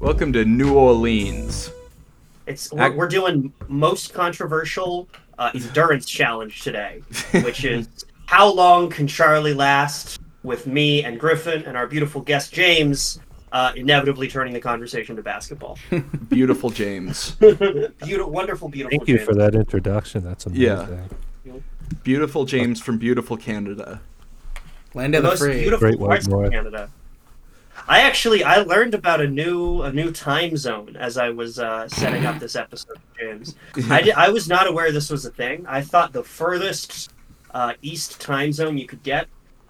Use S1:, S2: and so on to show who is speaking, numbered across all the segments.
S1: Welcome to New Orleans.
S2: It's we're,
S1: Ac-
S2: we're doing most controversial uh, endurance challenge today, which is how long can Charlie last with me and Griffin and our beautiful guest James, uh, inevitably turning the conversation to basketball.
S1: Beautiful James.
S2: Beautiful, wonderful, beautiful.
S3: Thank you
S2: James.
S3: for that introduction. That's amazing.
S1: Yeah. Beautiful James from beautiful Canada.
S4: Land
S2: The
S4: of the
S2: most
S4: free.
S2: beautiful
S3: Great white
S2: parts of
S3: north.
S2: Canada. I actually I learned about a new a new time zone as I was uh, setting up this episode, James. I, di- I was not aware this was a thing. I thought the furthest uh, east time zone you could get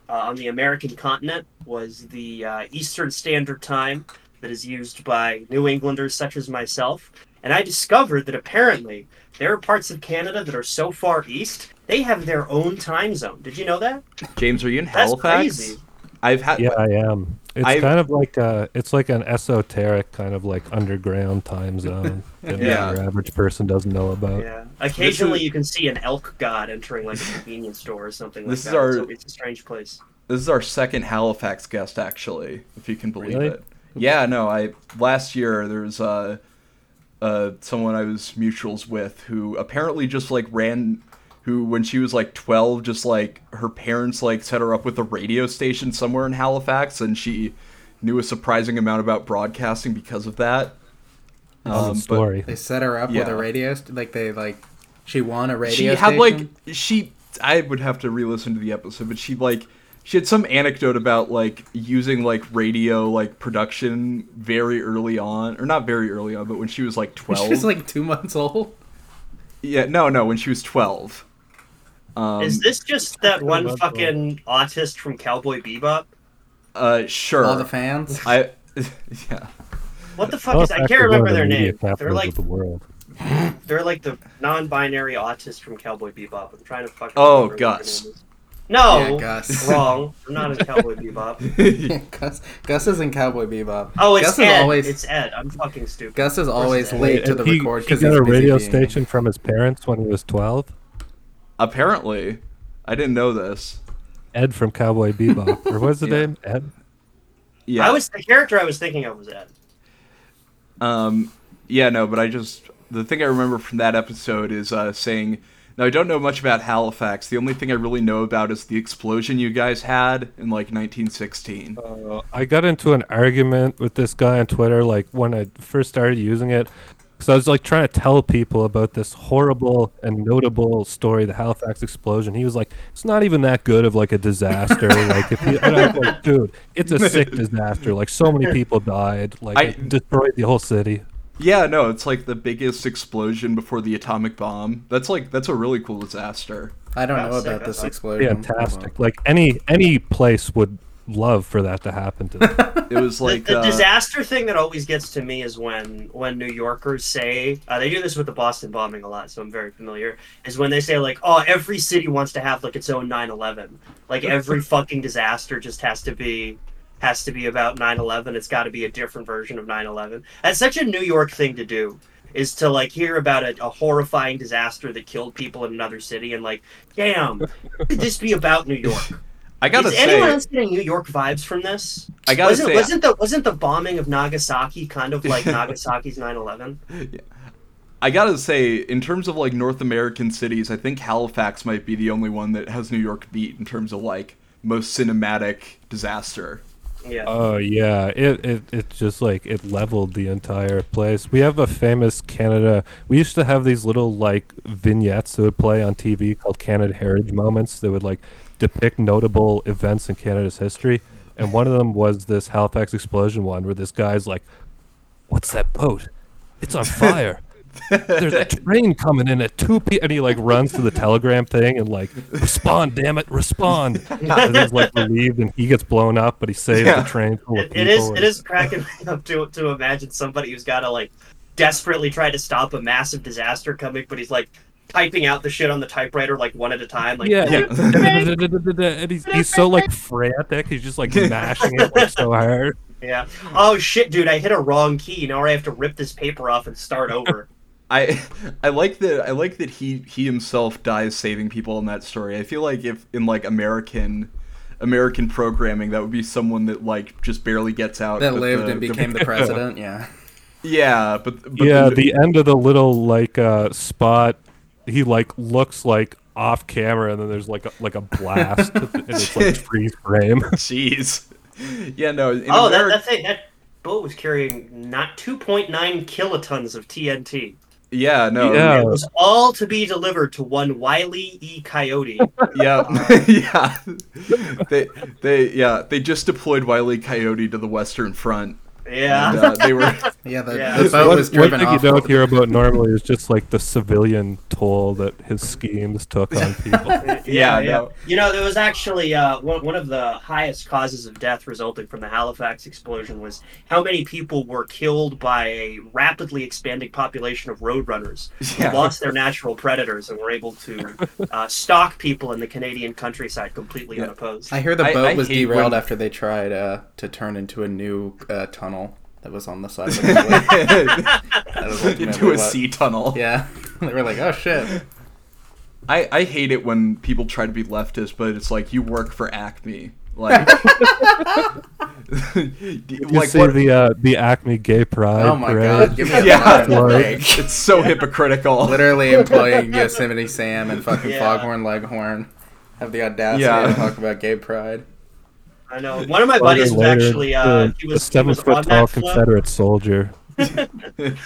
S2: uh, on the American continent was the uh, Eastern Standard Time that is used by New Englanders such as myself. And I discovered that apparently there are parts of Canada that are so far east they have their own time zone. Did you know that?
S1: James, are you in
S2: That's
S1: Halifax?
S2: crazy.
S1: I've had
S3: Yeah, I am. It's
S1: I've-
S3: kind of like a, it's like an esoteric kind of like underground time zone that
S1: Yeah.
S3: your average person doesn't know about.
S2: Yeah. Occasionally,
S1: is-
S2: you can see an elk god entering like a convenience store or something like
S1: This
S2: that.
S1: is our-
S2: It's a- it's a strange place.
S1: This is our second Halifax guest, actually, if you can believe
S3: Really?
S1: it. Yeah, no, I last year there was uh, uh, someone I was mutuals with who apparently just like ran, who when she was like twelve, just like her parents like set her up with a radio station somewhere in Halifax, and she knew a surprising amount about broadcasting because of that.
S3: Awesome
S1: Um, but-
S3: story.
S4: They set her up with
S1: Yeah.
S4: a radio. St- like they like, she won a radio.
S1: she had like
S4: station.
S1: she i would have to re-listen to the episode but she like she had some anecdote about like using like radio like production very early on or not very early on but when she was like 12
S4: She was like two months old.
S1: yeah no no when she was 12 um
S2: Is this just that one
S3: about that.
S2: fucking autist from Cowboy Bebop?
S1: uh sure
S4: All the fans.
S1: i yeah
S2: What the fuck is? I
S3: Halifax
S2: can't
S3: is one of
S2: remember
S3: the
S2: their
S3: media
S2: name. They're
S3: capitals
S2: like
S3: of the world.
S2: they're like the non-binary autist from Cowboy Bebop. I'm trying to fucking.
S1: Oh,
S2: remember what their
S1: Gus.
S2: name is. No,
S4: Yeah, Gus.
S2: wrong. I'm not in Cowboy Bebop.
S4: Gus, Gus is in Cowboy Bebop.
S2: Oh, it's
S4: Gus
S2: Ed.
S4: Is always,
S2: It's Ed. I'm fucking stupid.
S4: Gus is always
S2: Ed.
S4: late to
S3: And
S4: the
S3: he,
S4: record
S3: he
S4: because
S3: got
S4: he's
S3: a
S4: busy
S3: radio
S4: being-
S3: station from his parents when he was 12.
S1: apparently i didn't know this
S3: Ed from Cowboy Bebop. or what's the
S1: Yeah.
S3: name? Ed?
S1: yeah
S2: I was the character I was thinking of was Ed.
S1: Um, yeah, no, but I just the thing I remember from that episode is uh, saying, "Now I don't know much about Halifax. The only thing I really know about is the explosion you guys had in like 1916."
S3: Uh, I got into an argument with this guy on Twitter, like when I first started using it, because I was like trying to tell people about this horrible and notable story, the Halifax explosion. He was like, "It's not even that good of like a disaster." like, if you, and I was like, dude, it's a sick disaster. Like, so many people died. Like,
S1: I-
S3: it destroyed the whole city.
S1: Yeah, no, it's like the biggest explosion before the atomic bomb. That's like that's a really cool disaster.
S4: I don't
S2: That's
S4: know
S2: sick.
S4: about
S2: That's
S4: this
S2: like
S4: explosion.
S3: Fantastic. Like any any place would love for that to happen to them.
S1: It was like
S2: the, the
S1: uh,
S2: disaster thing that always gets to me is when when New Yorkers say uh, they do this with the Boston bombing a lot, so I'm very familiar. Is when they say like, "Oh, every city wants to have like its own 9/11. Like every fucking disaster just has to be has to be about 9/11. It's got to be a different version of 9/11." That's such a New York thing to do. Is to like hear about a, a horrifying disaster that killed people in another city and like, damn, could this be about New York?
S1: I gotta
S2: Is
S1: say,
S2: anyone else getting New York vibes from this?
S1: I gotta
S2: wasn't,
S1: say,
S2: wasn't the wasn't the bombing of Nagasaki kind of like Nagasaki's 9/11?
S1: I gotta say, in terms of like North American cities, I think Halifax might be the only one that has New York beat in terms of like most cinematic disaster.
S2: Yeah.
S3: Oh yeah, it it it just like it leveled the entire place. We have a famous Canada. We used to have these little like vignettes that would play on TV called Canada Heritage Moments that would like depict notable events in Canada's history. And one of them was this Halifax explosion one where this guy's like, "What's that boat? It's on fire." There's a train coming in at two p, and he like runs to the telegram thing and like respond, damn it, respond. And he's like relieved, and he gets blown up, but he saves
S1: Yeah.
S3: the train full of
S2: It,
S3: people.
S2: it is
S3: and-
S2: it is cracking me up to to imagine somebody who's got to like desperately try to stop a massive disaster coming, but he's like typing out the shit on the typewriter like one at a time. Like
S3: yeah,
S1: Yeah.
S3: and he's, he's so like frantic. He's just like mashing it like, so hard.
S2: yeah. Oh shit, dude! I hit a wrong key. Now I have to rip this paper off and start over.
S1: I I like that I like that he he himself dies saving people in that story. I feel like if in like American American programming that would be someone that like just barely gets out
S4: That
S1: but
S4: lived
S1: the-
S4: and
S1: the-
S4: became the president. Yeah.
S1: Yeah, but, but
S3: yeah,
S1: then-
S3: the end of the little like uh, spot, he like looks like off camera, and then there's like a, like a blast, and it's like freeze frame.
S1: jeez. Yeah, no. In
S2: oh, that,
S1: Ameri-
S2: that thing that boat was carrying not 2.9 kilotons of TNT.
S1: yeah, no.
S3: Yeah.
S2: It was all to be delivered to one Wiley E. Coyote.
S1: yeah, yeah. They, they, yeah, they just deployed Wiley Coyote to the Western Front,
S2: Yeah.
S1: and uh, they were,
S4: Yeah, the,
S2: Yeah.
S4: the
S2: Just
S4: boat
S3: one,
S4: was
S3: one
S4: driven
S3: thing you
S4: off.
S3: don't hear about normally is just like the civilian toll that his schemes took on people.
S1: yeah, no.
S2: You know, there was actually uh, one, one of the highest causes of death resulting from the Halifax explosion was how many people were killed by a rapidly expanding population of roadrunners
S1: Yeah.
S2: who lost their natural predators and were able to uh, stalk people in the Canadian countryside completely
S1: Yeah.
S2: unopposed.
S4: I hear the
S1: I-
S4: boat
S1: I
S4: was
S1: hate
S4: derailed
S1: when-
S4: after they tried uh, to turn into a new uh, tunnel that was on the side of the highway. That was
S1: into
S4: ultimately
S1: a
S4: what-
S1: sea tunnel.
S4: Yeah, they were like, "Oh shit!"
S1: I, I hate it when people try to be leftist, but it's like you work for Acme. Like,
S3: You
S1: like
S3: see
S1: what,
S3: the uh, the Acme Gay Pride
S4: Oh my
S3: parade.
S4: god, give me a
S1: Yeah.
S4: fucking break.
S1: it's so hypocritical.
S4: Literally employing Yosemite Sam and fucking
S2: Yeah.
S4: Foghorn Leghorn have the audacity
S1: Yeah.
S4: to talk about gay pride.
S2: I know. One of my
S3: Later,
S2: buddies was
S3: later,
S2: actually uh,
S3: the,
S2: he
S3: the
S2: was, he
S3: seven
S2: was on
S3: foot tall
S2: that float.
S3: Confederate soldier.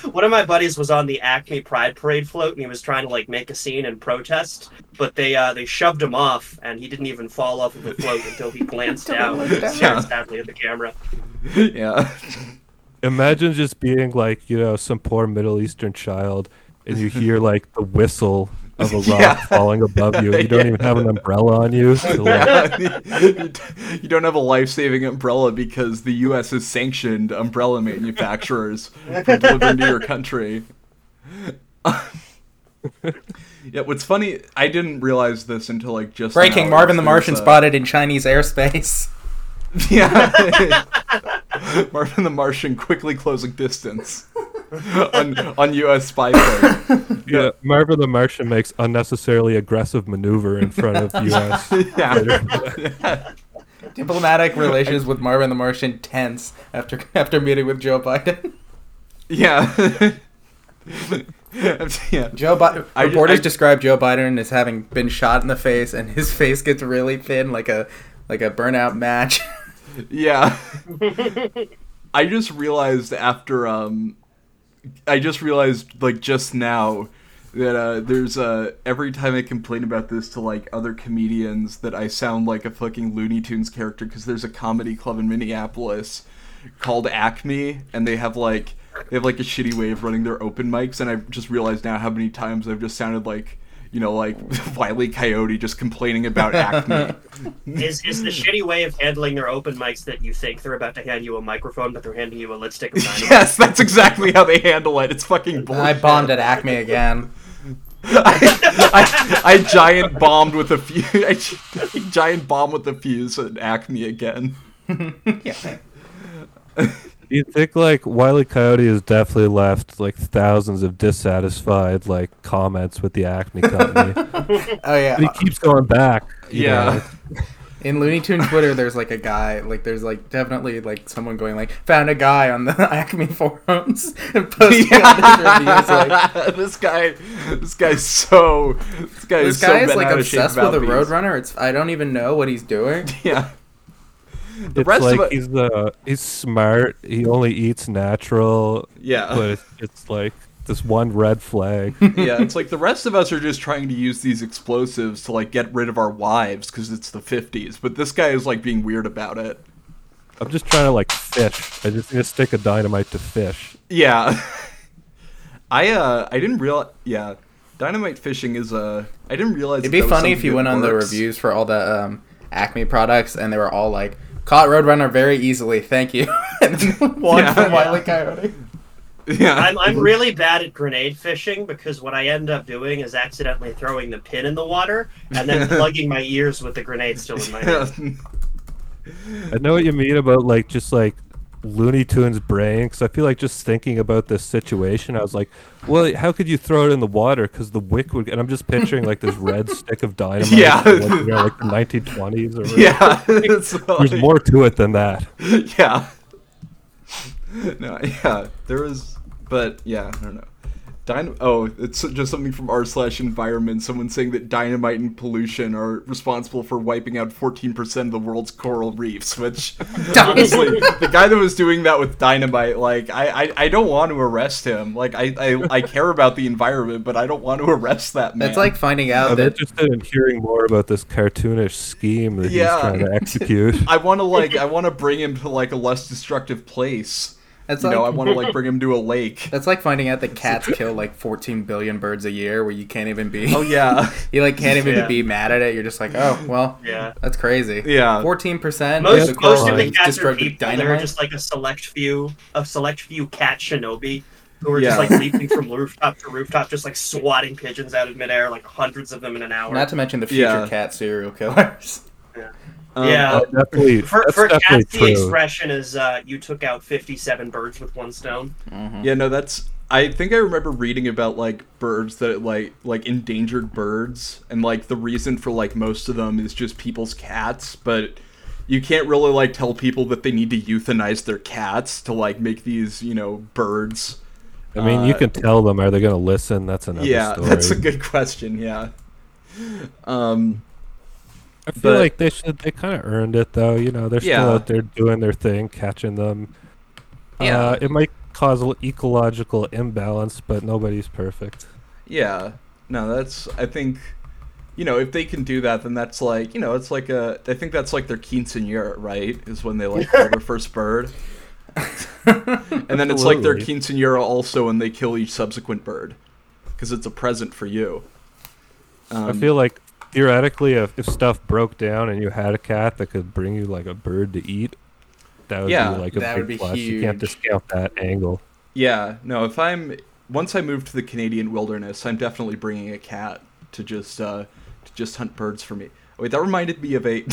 S2: One of my buddies was on the Acme Pride Parade float, and he was trying to like make a scene and protest, but they uh, they shoved him off, and he didn't even fall off of the float until he glanced down and stared
S1: Yeah.
S2: sadly at the camera.
S1: yeah.
S3: Imagine just being like you know some poor Middle Eastern child, and you hear like the whistle of a rock
S1: Yeah.
S3: falling above you. You don't even have an umbrella on you. to, like,
S1: you don't have a life-saving umbrella because the U.S. has sanctioned umbrella manufacturers from delivering to your country. yeah, what's funny, I didn't realize this until like just
S4: Breaking:
S1: now.
S4: Marvin the
S1: There's,
S4: Martian
S1: uh,
S4: spotted in Chinese airspace.
S1: Yeah, Marvin the Martian quickly closing distance on on U.S. spy plane.
S3: yeah, Marvin the Martian makes unnecessarily aggressive maneuver in front of U.S.
S1: Yeah.
S4: Diplomatic relations with Marvin the Martian tense after after meeting with Joe Biden.
S1: yeah. yeah.
S4: Joe Biden.
S1: I ju-
S4: Reporters
S1: I-
S4: describe Joe Biden as having been shot in the face, and his face gets really thin, like a like a burnout match.
S1: Yeah. I just realized after um I just realized like just now that uh there's uh every time I complain about this to like other comedians that I sound like a fucking Looney Tunes character cuz there's a comedy club in Minneapolis called Acme and they have like they have like a shitty way of running their open mics and I've just realized now how many times I've just sounded like you know like Wiley Coyote just complaining about Acme.
S2: Is is the shitty way of handling their open mics that you think they're about to hand you a microphone, but they're handing you a lit stick of dynamite?
S1: Yes, that's exactly how they handle it. It's fucking bullshit.
S4: I bombed at Acme again.
S1: I, I, I giant bombed with a fuse. I, gi- I giant bomb with a fuse at Acme again.
S4: yeah.
S3: You think like Wiley Coyote has definitely left like thousands of dissatisfied like comments with the Acme company.
S4: Oh yeah.
S3: but he keeps going back. you know,
S1: Yeah.
S4: In Looney Tune Twitter, there's like a guy, like there's like definitely like someone going like found a guy on the Acme forums and posting all these reviews like.
S1: this guy, this guy's so, this guy
S4: This
S1: is so
S4: guy is
S1: bent
S4: like
S1: out of shape
S4: obsessed
S1: about
S4: with a
S1: these.
S4: roadrunner. It's I don't even know what he's doing.
S1: Yeah,
S3: it's
S1: rest of it-
S3: like he's uh, he's smart. He only eats natural, but
S1: yeah,
S3: it's, it's like this one red flag.
S1: yeah. It's like the rest of us are just trying to use these explosives to like get rid of our wives because it's the '50s. But this guy is like being weird about it.
S3: I'm just trying to like fish. I just need a stick of dynamite to fish.
S1: Yeah. I uh I didn't realize yeah. Dynamite fishing is uh I didn't realize
S4: It'd be funny if you went on the reviews for all the um, Acme products and they were all like caught Roadrunner very easily. Thank you. and then one
S1: Yeah.
S4: from Wile E. Coyote.
S1: Yeah.
S2: I'm, I'm really bad at grenade fishing because what I end up doing is accidentally throwing the pin in the water and then plugging my ears with the grenade still in my hand.
S3: I know what you mean about like just like Looney Tunes brain. Because I feel like just thinking about this situation, I was like, well, how could you throw it in the water? Because the wick would. And I'm just picturing like this red stick of dynamite.
S1: Yeah.
S3: from, like, you know, like the 1920s or whatever.
S1: yeah. it's
S3: There's
S1: like-
S3: more to it than that.
S1: Yeah. No, yeah. There is But yeah, I don't know. Dyn- oh, it's just something from r slash environment. Someone saying that dynamite and pollution are responsible for wiping out 14% of the world's coral reefs. Which honestly, the guy that was doing that with dynamite, like I, I, I don't want to arrest him. Like I, I, I care about the environment, but I don't want to arrest that man.
S4: That's like finding out
S3: I'm
S4: that
S3: interested in hearing more about this cartoonish scheme that
S1: Yeah.
S3: he's trying to execute.
S1: I want to like I want to bring him to like a less destructive place.
S4: that's
S1: you
S4: like
S1: know, I want to like bring him to a lake.
S4: that's like finding out that cats kill like 14 billion birds a year, where you can't even be
S1: Oh yeah,
S4: you like can't even
S2: Yeah.
S4: be mad at it. You're just like, oh well,
S2: Yeah.
S4: that's crazy.
S1: yeah.
S4: 14%
S2: Most
S3: the
S2: most of the
S3: corals
S2: cats are
S4: destroyed with
S2: people. They're
S4: dynamite?
S2: just like a select few, a select few cat shinobi who are
S1: Yeah.
S2: just like leaping from rooftop to rooftop, just like swatting pigeons out of midair, like hundreds of them in an hour.
S4: Not to mention the future
S1: Yeah.
S4: cat serial killers.
S1: Um,
S2: Yeah.
S3: Uh, definitely,
S2: for
S3: that's
S2: for
S3: definitely
S2: cats, the
S3: true.
S2: expression is uh, "you took out fifty-seven birds with one stone."
S1: Yeah, no, that's. I think I remember reading about like birds that like like endangered birds, and like the reason for like most of them is just people's cats, but you can't really like tell people that they need to euthanize their cats to like make these you know birds.
S3: I mean, you
S1: uh,
S3: can tell them. Are they going to listen? That's another
S1: yeah,
S3: story.
S1: that's a good question. Yeah. Um.
S3: I feel
S1: but-
S3: like they should. They kind of earned it, though. You know, they're still
S1: Yeah.
S3: out there doing their thing, catching them.
S1: Yeah.
S3: Uh, it might cause an ecological imbalance, but nobody's perfect.
S1: Yeah. No, that's. I think. You know, if they can do that, then that's like you know, it's like a. I think that's like their quinceanera, right? Is when they like kill their first bird. And then it's like their
S3: Absolutely.
S1: quinceanera also, and they kill each subsequent bird because it's a present for you. Um,
S3: I feel like theoretically, if, if stuff broke down and you had a cat that could bring you like a bird to eat, that would
S1: Yeah,
S3: be like a
S4: that
S3: big
S4: would be
S3: plus. You can't
S4: huge.
S3: discount that angle.
S1: yeah, no. If I'm once I move to the Canadian wilderness, I'm definitely bringing a cat to just uh, to just hunt birds for me. Wait, that reminded me of a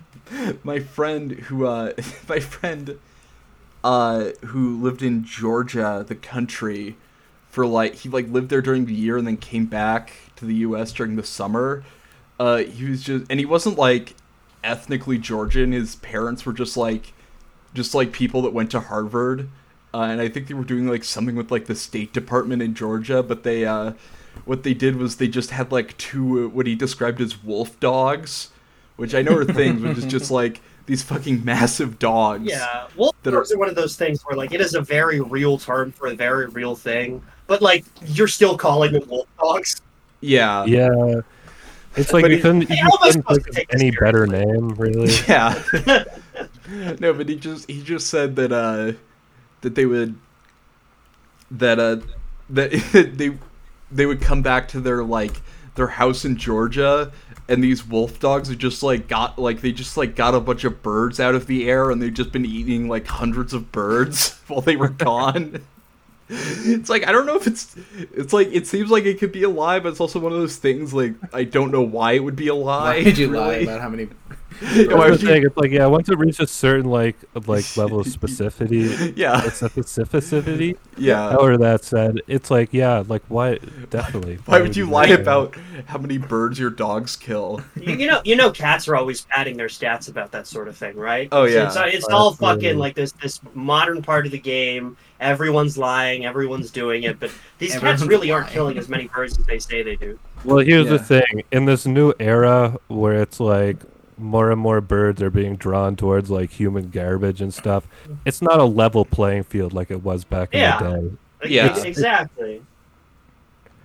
S1: my friend who uh, my friend uh, who lived in Georgia, the country, for like he like lived there during the year and then came back to the U.S. during the summer. Uh, he was just and he wasn't like ethnically Georgian. His parents were just like just like people that went to Harvard, uh, and I think they were doing like something with like the State Department in Georgia. But they uh, what they did was they just had like two uh, what he described as wolf dogs, which I know are things, which is just like these fucking massive dogs.
S2: Yeah, wolf
S1: That
S2: dogs are one of those things where like it is a very real term for a very real thing, but like you're still calling them wolf dogs.
S1: Yeah.
S3: Yeah. It's like
S1: Uh, But
S3: you
S1: it-
S3: couldn't, you
S2: How am I
S3: couldn't
S2: supposed
S3: think
S2: to
S3: of
S2: take this
S3: any better name, really.
S1: Yeah. no, but he just he just said that uh that they would that uh that they they would come back to their like their house in Georgia and these wolf dogs had just like got like they just like got a bunch of birds out of the air and they've just been eating like hundreds of birds while they were gone. It's like I don't know if it's it's like it seems like it could be a lie, but it's also one of those things like I don't know why it would be a lie.
S4: Why did you lie
S1: really.
S4: about how many?
S1: Yeah, why would
S3: That's the
S1: you-
S3: thing, It's like yeah, once it reaches a certain like like level of specificity,
S1: Yeah,
S3: it's a specificity.
S1: yeah.
S3: However, that said, it's like yeah, like why? Definitely.
S1: Why would you lie
S3: do that?
S1: about how many birds your dogs kill?
S2: You, you know, you know, cats are always padding their stats about that sort of thing, right?
S1: Oh,
S2: So
S1: yeah.
S2: it's, it's all
S3: Absolutely.
S2: fucking like this this modern part of the game. Everyone's lying, everyone's doing it, but these cats
S4: Everyone's
S2: really aren't
S4: lying.
S2: killing as many birds as they say they do.
S3: Well, here's
S1: Yeah.
S3: the thing: in this new era where it's like more and more birds are being drawn towards like human garbage and stuff, it's not a level playing field like it was back
S2: Yeah.
S3: in the day.
S2: Like,
S1: Yeah.
S2: ex- exactly.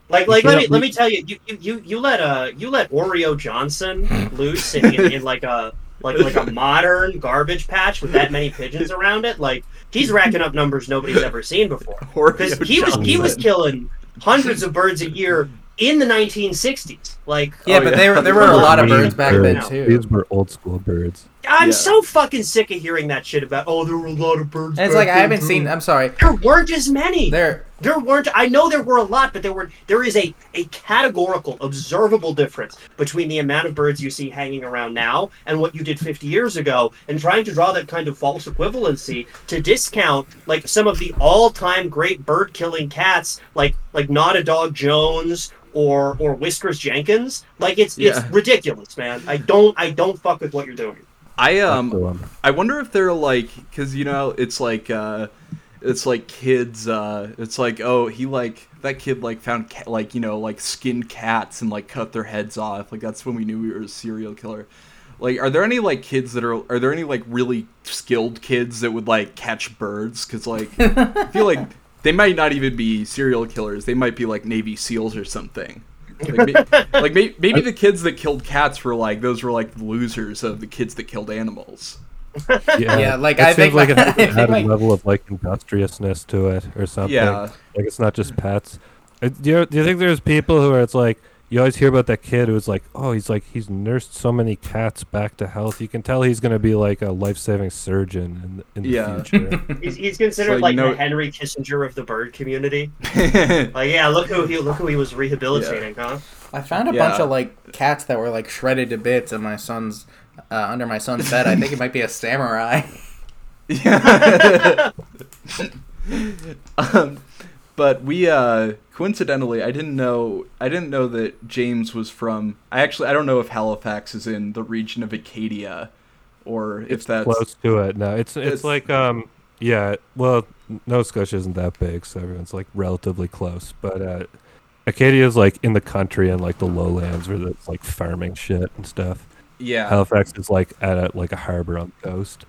S2: Like, like let me
S3: cannot
S2: let
S3: re-
S2: me tell you, you you, you, you let uh you let Oreo Johnson loose in, in, in like a like like a modern garbage patch with that many pigeons around it. Like he's racking up numbers nobody's ever seen before. Because
S1: Oreo
S2: he was he was
S1: Johnson.
S2: killing hundreds of birds a year in the 1960s. Like
S4: Yeah,
S1: Oh,
S4: but
S1: yeah.
S4: there were there were a lot of
S3: Mean
S4: birds back
S3: birds.
S4: then too.
S3: These were old school birds.
S2: I'm
S1: Yeah.
S2: so fucking sick of hearing that shit about oh there were a lot of birds.
S4: And it's
S2: back
S4: like I
S2: then,
S4: haven't
S2: too."
S4: seen. I'm sorry.
S2: There weren't as many.
S4: There,
S2: There weren't. I know there were a lot, but there were. There is a a categorical, observable difference between the amount of birds you see hanging around now and what you did 50 years ago. And trying to draw that kind of false equivalency to discount like some of the all-time great bird-killing cats, like like Not a Dog Jones or or Whiskers Jenkins, like it's
S1: Yeah.
S2: it's ridiculous, man. I don't I don't fuck with what you're doing.
S1: I
S3: That's
S1: um
S3: the one.
S1: I wonder if they're like, because you know, it's like uh, it's like kids uh it's like oh he like that kid like found ca- like you know like skinned cats and like cut their heads off like that's when we knew we were a serial killer like are there any like kids that are are there any like really skilled kids that would like catch birds because like i feel like they might not even be serial killers they might be like navy seals or something like, may- like may- maybe the kids that killed cats were like those were like losers of the kids that killed animals
S3: Yeah,
S4: Yeah, like,
S3: it
S4: I
S3: seems
S4: think
S3: like it
S4: my-
S3: has
S4: I
S3: to add
S4: think my-
S3: a level of like industriousness to it or something.
S1: Yeah.
S3: like it's not just pets. Uh, Do you, do you think there's people who are? It's like you always hear about that kid who's like, oh, he's like he's nursed so many cats back to health. You can tell he's gonna be like a life saving surgeon in, in the
S1: Yeah.
S3: future.
S2: He's, he's considered
S1: It's like
S2: like,
S1: no-
S2: the Henry Kissinger of the bird community. Like, yeah, look who he look who he was rehabilitating, huh?
S4: I found a
S1: Yeah.
S4: bunch of like cats that were like shredded to bits in my son's uh, under my son's bed. I think it might be a samurai.
S1: Yeah. um, but we uh, coincidentally, I didn't know I didn't know that James was from. I actually I don't know if Halifax is in the region of Acadia, or if that's
S3: Close to it. No, it's, it's
S1: It's-
S3: like um yeah. Well, Nova Scotia isn't that big, so everyone's like relatively close. But uh, Acadia is like in the country and like the lowlands where it's like farming shit and stuff.
S1: yeah
S3: Halifax is like at a, like a harbor on the coast.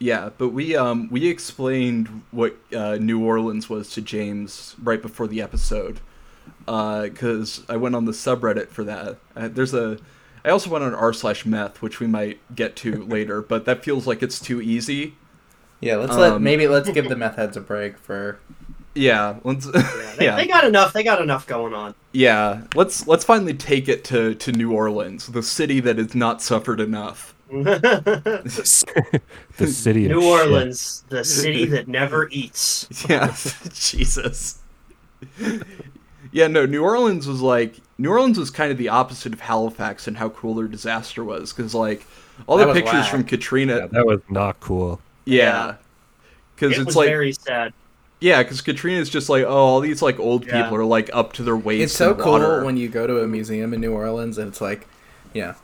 S1: yeah. But we um we explained what uh, New Orleans was to James right before the episode, because I went on the subreddit for that. Uh, there's a I also went on r slash meth, which we might get to later, but that feels like it's too easy.
S4: Yeah, let's let
S1: Um,
S4: maybe let's give the meth heads a break for.
S1: Yeah, let's.
S2: Yeah,
S1: Yeah,
S2: they, they got enough. They got enough going on.
S1: Yeah, let's let's finally take it to to New Orleans, the city that has not suffered enough.
S2: New
S3: The city of shit.
S2: Orleans, the city that never eats.
S1: Yeah, Jesus. Yeah, no, New Orleans was like New Orleans was kind of the opposite of Halifax and how cool their disaster was because like all
S4: That
S1: the
S4: was
S1: pictures
S4: whack.
S1: from
S3: Yeah,
S1: Katrina,
S3: that was not cool.
S1: yeah, because
S2: It
S1: it's
S2: was
S1: like
S2: very sad.
S1: yeah, because Katrina's just like oh, all these like old
S2: Yeah.
S1: people are like up to their waist.
S4: It's so
S1: in
S4: cool
S1: water.
S4: when you go to a museum in New Orleans and it's like, yeah,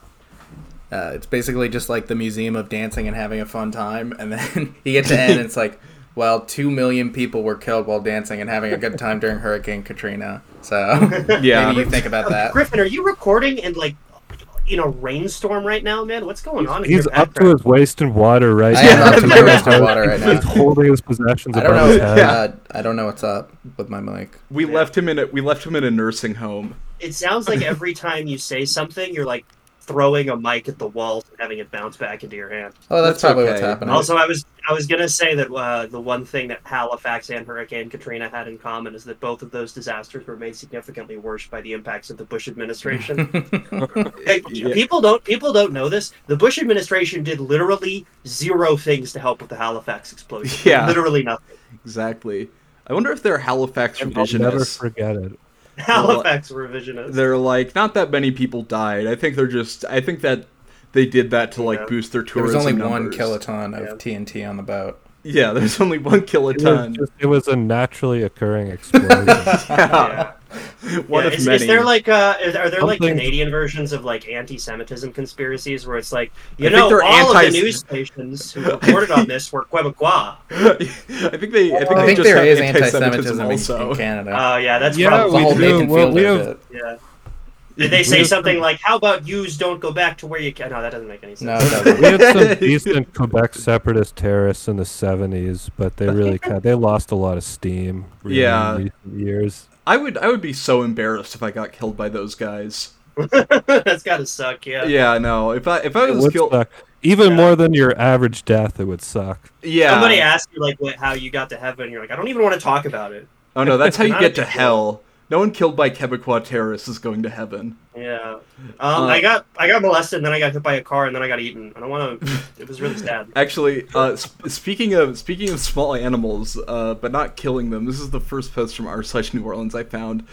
S4: uh, it's basically just like the museum of dancing and having a fun time, and then you get to end and it's like, well, two million people were killed while dancing and having a good time during Hurricane Katrina. So
S1: yeah.
S4: maybe you think about that.
S2: Griffin, are you recording in like in a rainstorm right now, man? What's going on? in
S3: He's
S2: your
S3: up to
S2: background?
S3: his waist in water right
S4: I
S3: now.
S4: am up to my
S3: He's
S4: waist in water right
S3: He's
S4: now.
S3: holding his possessions
S4: I don't
S3: above his
S4: know.
S3: head.
S4: Uh, I don't know what's up with my mic.
S1: we left him in a we left him in a nursing home.
S2: It sounds like every time you say something, you're like throwing a mic at the wall and having it bounce back into your hand.
S4: Oh, that's,
S1: That's
S4: probably
S1: okay.
S4: what's happening.
S2: Also, I was I was gonna say that uh, the one thing that Halifax and Hurricane Katrina had in common is that both of those disasters were made significantly worse by the impacts of the Bush administration. Like,
S1: Yeah.
S2: People don't people don't know this. The Bush administration did literally zero things to help with the Halifax explosion.
S1: Yeah.
S2: literally nothing.
S1: Exactly. I wonder if they're Halifax
S3: I'll never
S1: revisionists.
S3: forget it.
S2: Halifax revisionists.
S1: They're like, not that many people died. I think they're just. I think that they did that to like
S2: Yeah.
S1: boost their
S4: there
S1: tourism.
S4: was only one
S1: numbers.
S4: kiloton of TNT on the boat.
S1: Yeah, there's only one
S3: It was,
S1: kiloton.
S3: just- it was a naturally occurring explosion.
S1: Yeah. Ah, One
S2: Yeah,
S1: of
S2: is,
S1: many.
S2: is there like uh, is, are there like
S3: Something-
S2: Canadian versions of like anti-Semitism conspiracies where it's like
S1: I
S2: you
S1: think
S2: know all
S1: they're
S2: of
S1: anti-
S2: the news stations who reported on this were Quebecois?
S1: I think they. I think,
S4: I
S1: they
S4: think
S1: just
S4: there
S1: have
S4: is
S1: anti-Semitism,
S4: anti-Semitism in,
S1: also.
S4: in Canada.
S2: Oh yeah, that's
S3: Yeah,
S4: That's
S2: probably
S4: the
S3: we
S4: whole
S3: do.
S4: Nathan
S3: Well,
S4: Fielder
S3: we have-
S4: bit.
S2: yeah. Did they say
S3: have-
S2: something like "How about yous don't go back to where you can"? No, that doesn't make any
S4: No,
S2: sense.
S4: it doesn't.
S3: we had some decent Quebec separatist terrorists in the '70s, but they really kind they lost a lot of steam. Really
S1: Yeah.
S3: in recent years.
S1: I would. I would be so embarrassed if I got killed by those guys.
S2: that's gotta suck. Yeah.
S1: Yeah, no. If I if I
S3: It
S1: was
S3: would
S1: killed,
S3: suck. Even
S2: Yeah.
S3: more than your average death, it would suck.
S1: yeah.
S2: Somebody asked you like what, how you got to heaven. You're like, I don't even want to talk about it.
S1: Oh no, that's how you
S2: Not
S1: get to
S2: a-
S1: hell. No one killed by Quebecois terrorists is going to heaven.
S2: Yeah. Um,
S1: Uh,
S2: I got I got molested, and then I got hit by a car, and then I got eaten. I don't want to. it was really sad.
S1: Actually, uh, sp- speaking of speaking of small animals, uh, but not killing them. This is the first post from r slash New Orleans I found,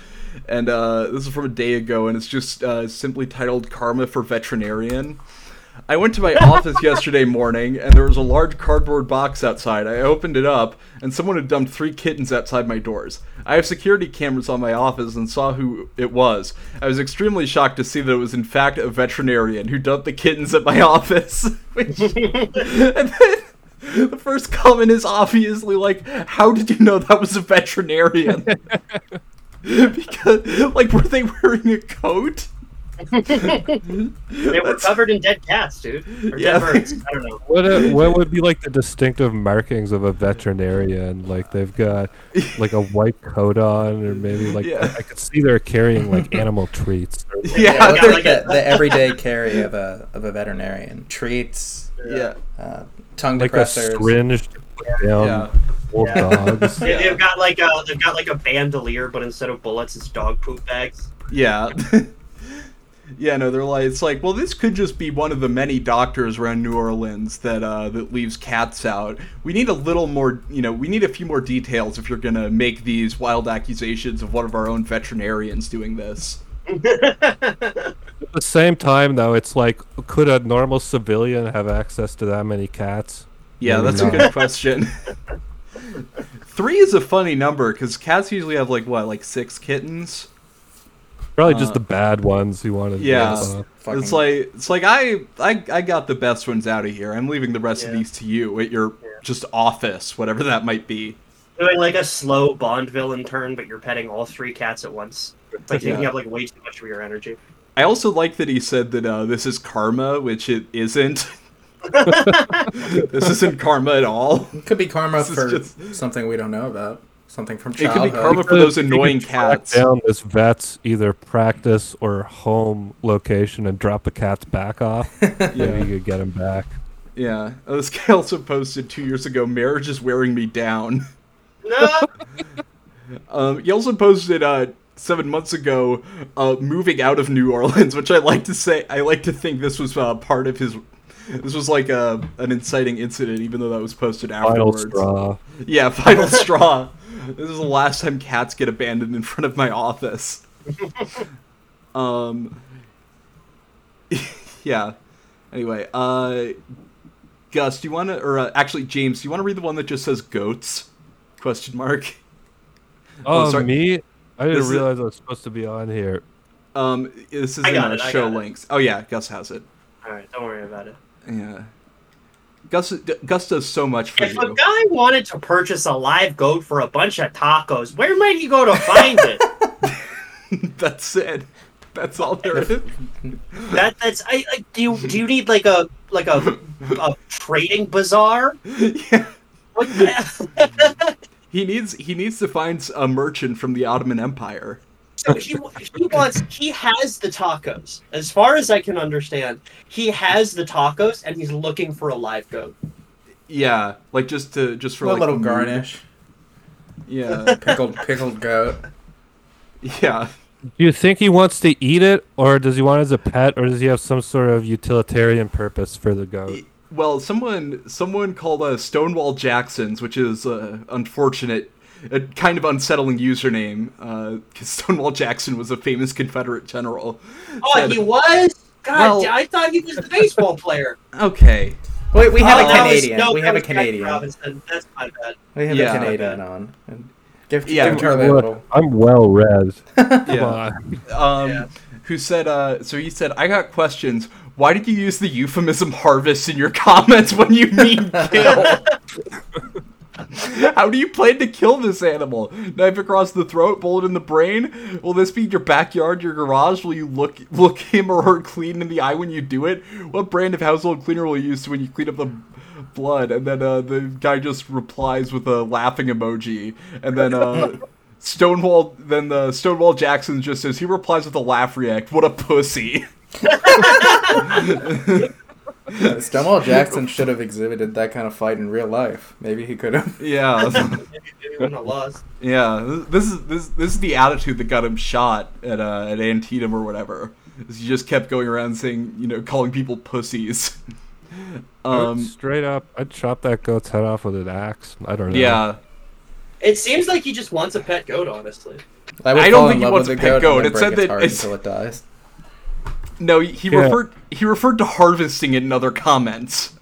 S1: and uh, this is from a day ago, and it's just uh, simply titled "Karma for Veterinarian." I went to my office yesterday morning, and there was a large cardboard box outside. I opened it up, and someone had dumped three kittens outside my doors. I have security cameras on my office and saw who it was. I was extremely shocked to see that it was, in fact, a veterinarian who dumped the kittens at my office. Which- and then, the first comment is obviously like, "How did you know that was a veterinarian?" because, like, were they wearing a coat?
S2: They were
S1: That's-
S2: covered in dead cats, dude. Or
S1: Yeah.
S2: dead birds. I don't know.
S3: What uh what would be like the distinctive markings of a veterinarian? Like they've got like a white coat on, or maybe like
S1: Yeah.
S3: I, I could see they're carrying like animal treats. Or,
S2: Yeah,
S1: Yeah,
S2: I
S4: what's
S2: got
S1: they're-
S4: like
S2: like
S4: the, the everyday carry of a of a veterinarian? Treats,
S1: yeah,
S4: uh, tongue
S3: like a
S4: depressors.
S3: syringed down
S1: yeah.
S3: old
S2: Yeah.
S3: dogs.
S2: They,
S1: Yeah.
S2: They've got like a they've got like a bandolier, but instead of bullets, it's dog poop bags.
S1: Yeah. yeah, no, they're like it's like, well, this could just be one of the many doctors around New Orleans that uh that leaves cats out. We need a little more, you know, we need a few more details if you're going to make these wild accusations of one of our own veterinarians doing this.
S3: At the same time, though, it's like could a normal civilian have access to that many cats?
S1: Yeah,
S2: Mm-hmm.
S3: Maybe
S1: that's a
S3: not.
S1: good question. 3 is a funny number cuz cats usually have like what, like 6 kittens?
S3: Probably just
S1: Uh,
S3: the bad ones who wanted. to
S1: yeah.
S3: get off.
S4: Fucking-
S1: It's like it's like I I I got the best ones out of here. I'm leaving the rest of
S2: Yeah.
S1: these to you at your
S2: Yeah.
S1: just office, whatever that might be.
S2: Doing like a slow Bond villain turn, but you're petting all three cats at once. It's like taking
S1: Yeah.
S2: up like way too much of your energy.
S1: I also like that he said that uh, this is karma, which it isn't. this isn't karma at all.
S4: It could be karma
S1: This is
S4: for
S1: just-
S4: something we don't know about. Something from
S1: could be
S4: childhood.
S1: karma for those annoying
S3: you could track
S1: cats.
S3: Down this vet's either practice or home location and drop the cats back off. Maybe you could get them back.
S1: Yeah. Oh, This guy also posted two years ago marriage is wearing me down.
S2: No,
S1: Um, he also posted uh, seven months ago uh, moving out of New Orleans, which I like to say, I like to think this was uh, part of his. This was like a, an inciting incident, even though that was posted
S3: Final
S1: afterwards.
S3: straw.
S1: Yeah, final straw. This is the last time cats get abandoned in front of my office. um. yeah. Anyway, uh, Gus, do you want to, or uh, actually, James, do you want to read the one that just says goats? Question mark. Oh,
S3: Oh,
S1: sorry.
S3: me? I didn't
S1: This is-
S3: realize I was supposed to be on here.
S1: Um, this is
S2: I
S1: in
S2: got
S1: uh,
S2: it, I
S1: show
S2: got it.
S1: links. Oh yeah, Gus has it.
S2: all right, don't worry about it.
S1: Yeah. Gus, D- Gus does so much for
S2: If a
S1: you.
S2: guy wanted to purchase a live goat for a bunch of tacos, where might he go to find it?
S1: That's it. That's all there is.
S2: That that's I, I do. You, do you need like a like a a trading bazaar?
S1: yeah.
S2: What the-
S1: He needs he needs to find a merchant from the Ottoman Empire.
S2: so he, he wants. He has the tacos, as far as I can understand. He has the tacos, and he's looking for a live goat.
S1: Yeah, like just to just for
S4: a
S1: like
S4: little
S1: mood.
S4: garnish.
S1: Yeah,
S4: Pickled pickled goat.
S1: yeah.
S3: Do you think he wants to eat it, or does he want it as a pet, or does he have some sort of utilitarian purpose for the goat?
S1: Well, someone someone called uh, Stonewall Jacksons, which is uh, unfortunate, a kind of unsettling username, because Stonewall Jackson was a famous Confederate general.
S2: Oh,
S1: Said-
S2: he was. God,
S1: Well-
S2: I thought he was the baseball player.
S1: okay.
S4: Wait, we have
S2: Oh,
S4: a
S2: that was-
S4: Canadian.
S2: no,
S4: we
S2: that
S4: have a
S2: was Jackie
S4: Canadian.
S2: Robinson. That's my bad.
S4: We have
S1: Yeah.
S4: a Canadian on. And Give,
S1: Yeah.
S4: give Charlie a
S3: Look,
S4: little.
S3: I'm well read. Come
S1: Yeah.
S3: on.
S1: um,
S2: Yeah.
S1: who said, uh, so he said, I got questions. Why did you use the euphemism harvest in your comments when you mean kill? How do you plan to kill this animal? Knife across the throat, bullet in the brain? Will this be your backyard, your garage? Will you look look him or her clean in the eye when you do it? What brand of household cleaner will you use when you clean up the blood? And then uh, the guy just replies with a laughing emoji, and then uh, Stonewall, then the Stonewall Jackson just says he replies with a laugh react. What a pussy!
S4: Stonewall Jackson should have exhibited that kind of fight in real life. Maybe he could have.
S1: Yeah.
S2: Maybe we wouldn't have lost.
S1: Yeah, th- this is this this is the attitude that got him shot at uh, at Antietam or whatever. Is he just kept going around saying, you know, calling people pussies. um,
S3: Straight up, I'd chop that goat's head off with an axe. I don't know.
S1: yeah,
S2: It seems like he just wants a pet goat, honestly.
S4: would
S1: I don't
S4: fall
S1: think
S4: in
S1: he
S4: love
S1: wants
S4: with
S1: a
S4: the
S1: pet
S4: and
S1: goat.
S4: then
S1: It
S4: break
S1: said
S4: its
S1: that
S4: heart
S1: it's-
S4: until it dies.
S1: no, he, he
S3: Yeah.
S1: referred he referred to harvesting it in other comments.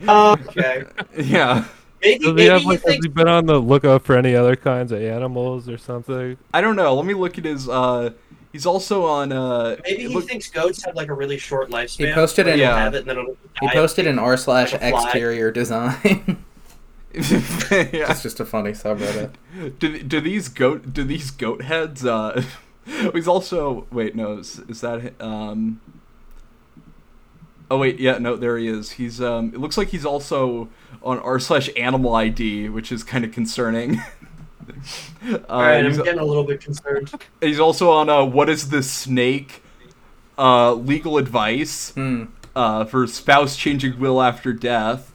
S4: Um,
S2: Okay.
S1: Yeah,
S2: Maybe,
S3: Does he
S2: maybe
S3: have
S2: he
S3: like? Has
S2: thinks
S3: he been on the lookout for any other kinds of animals or something?
S1: I don't know. Let me look at his. Uh, he's also on. Uh,
S2: maybe he
S1: look-
S2: thinks goats have like a really short lifespan.
S4: posted
S2: where
S4: an-
S2: you'll
S1: Yeah.
S2: have it and then it'll
S4: He
S2: die.
S4: posted an r slash
S2: Like a fly.
S4: exterior design.
S1: yeah.
S4: It's just a funny subreddit.
S1: do, do these goat do these goat heads uh he's also wait no is, is that um oh wait yeah no there he is he's um it looks like he's also on r slash animal id which is kind of concerning uh,
S2: All right, I'm
S1: he's,
S2: getting a little bit concerned.
S1: he's also on uh what is the snake uh legal advice
S4: Hmm.
S1: uh, for spouse changing will after death.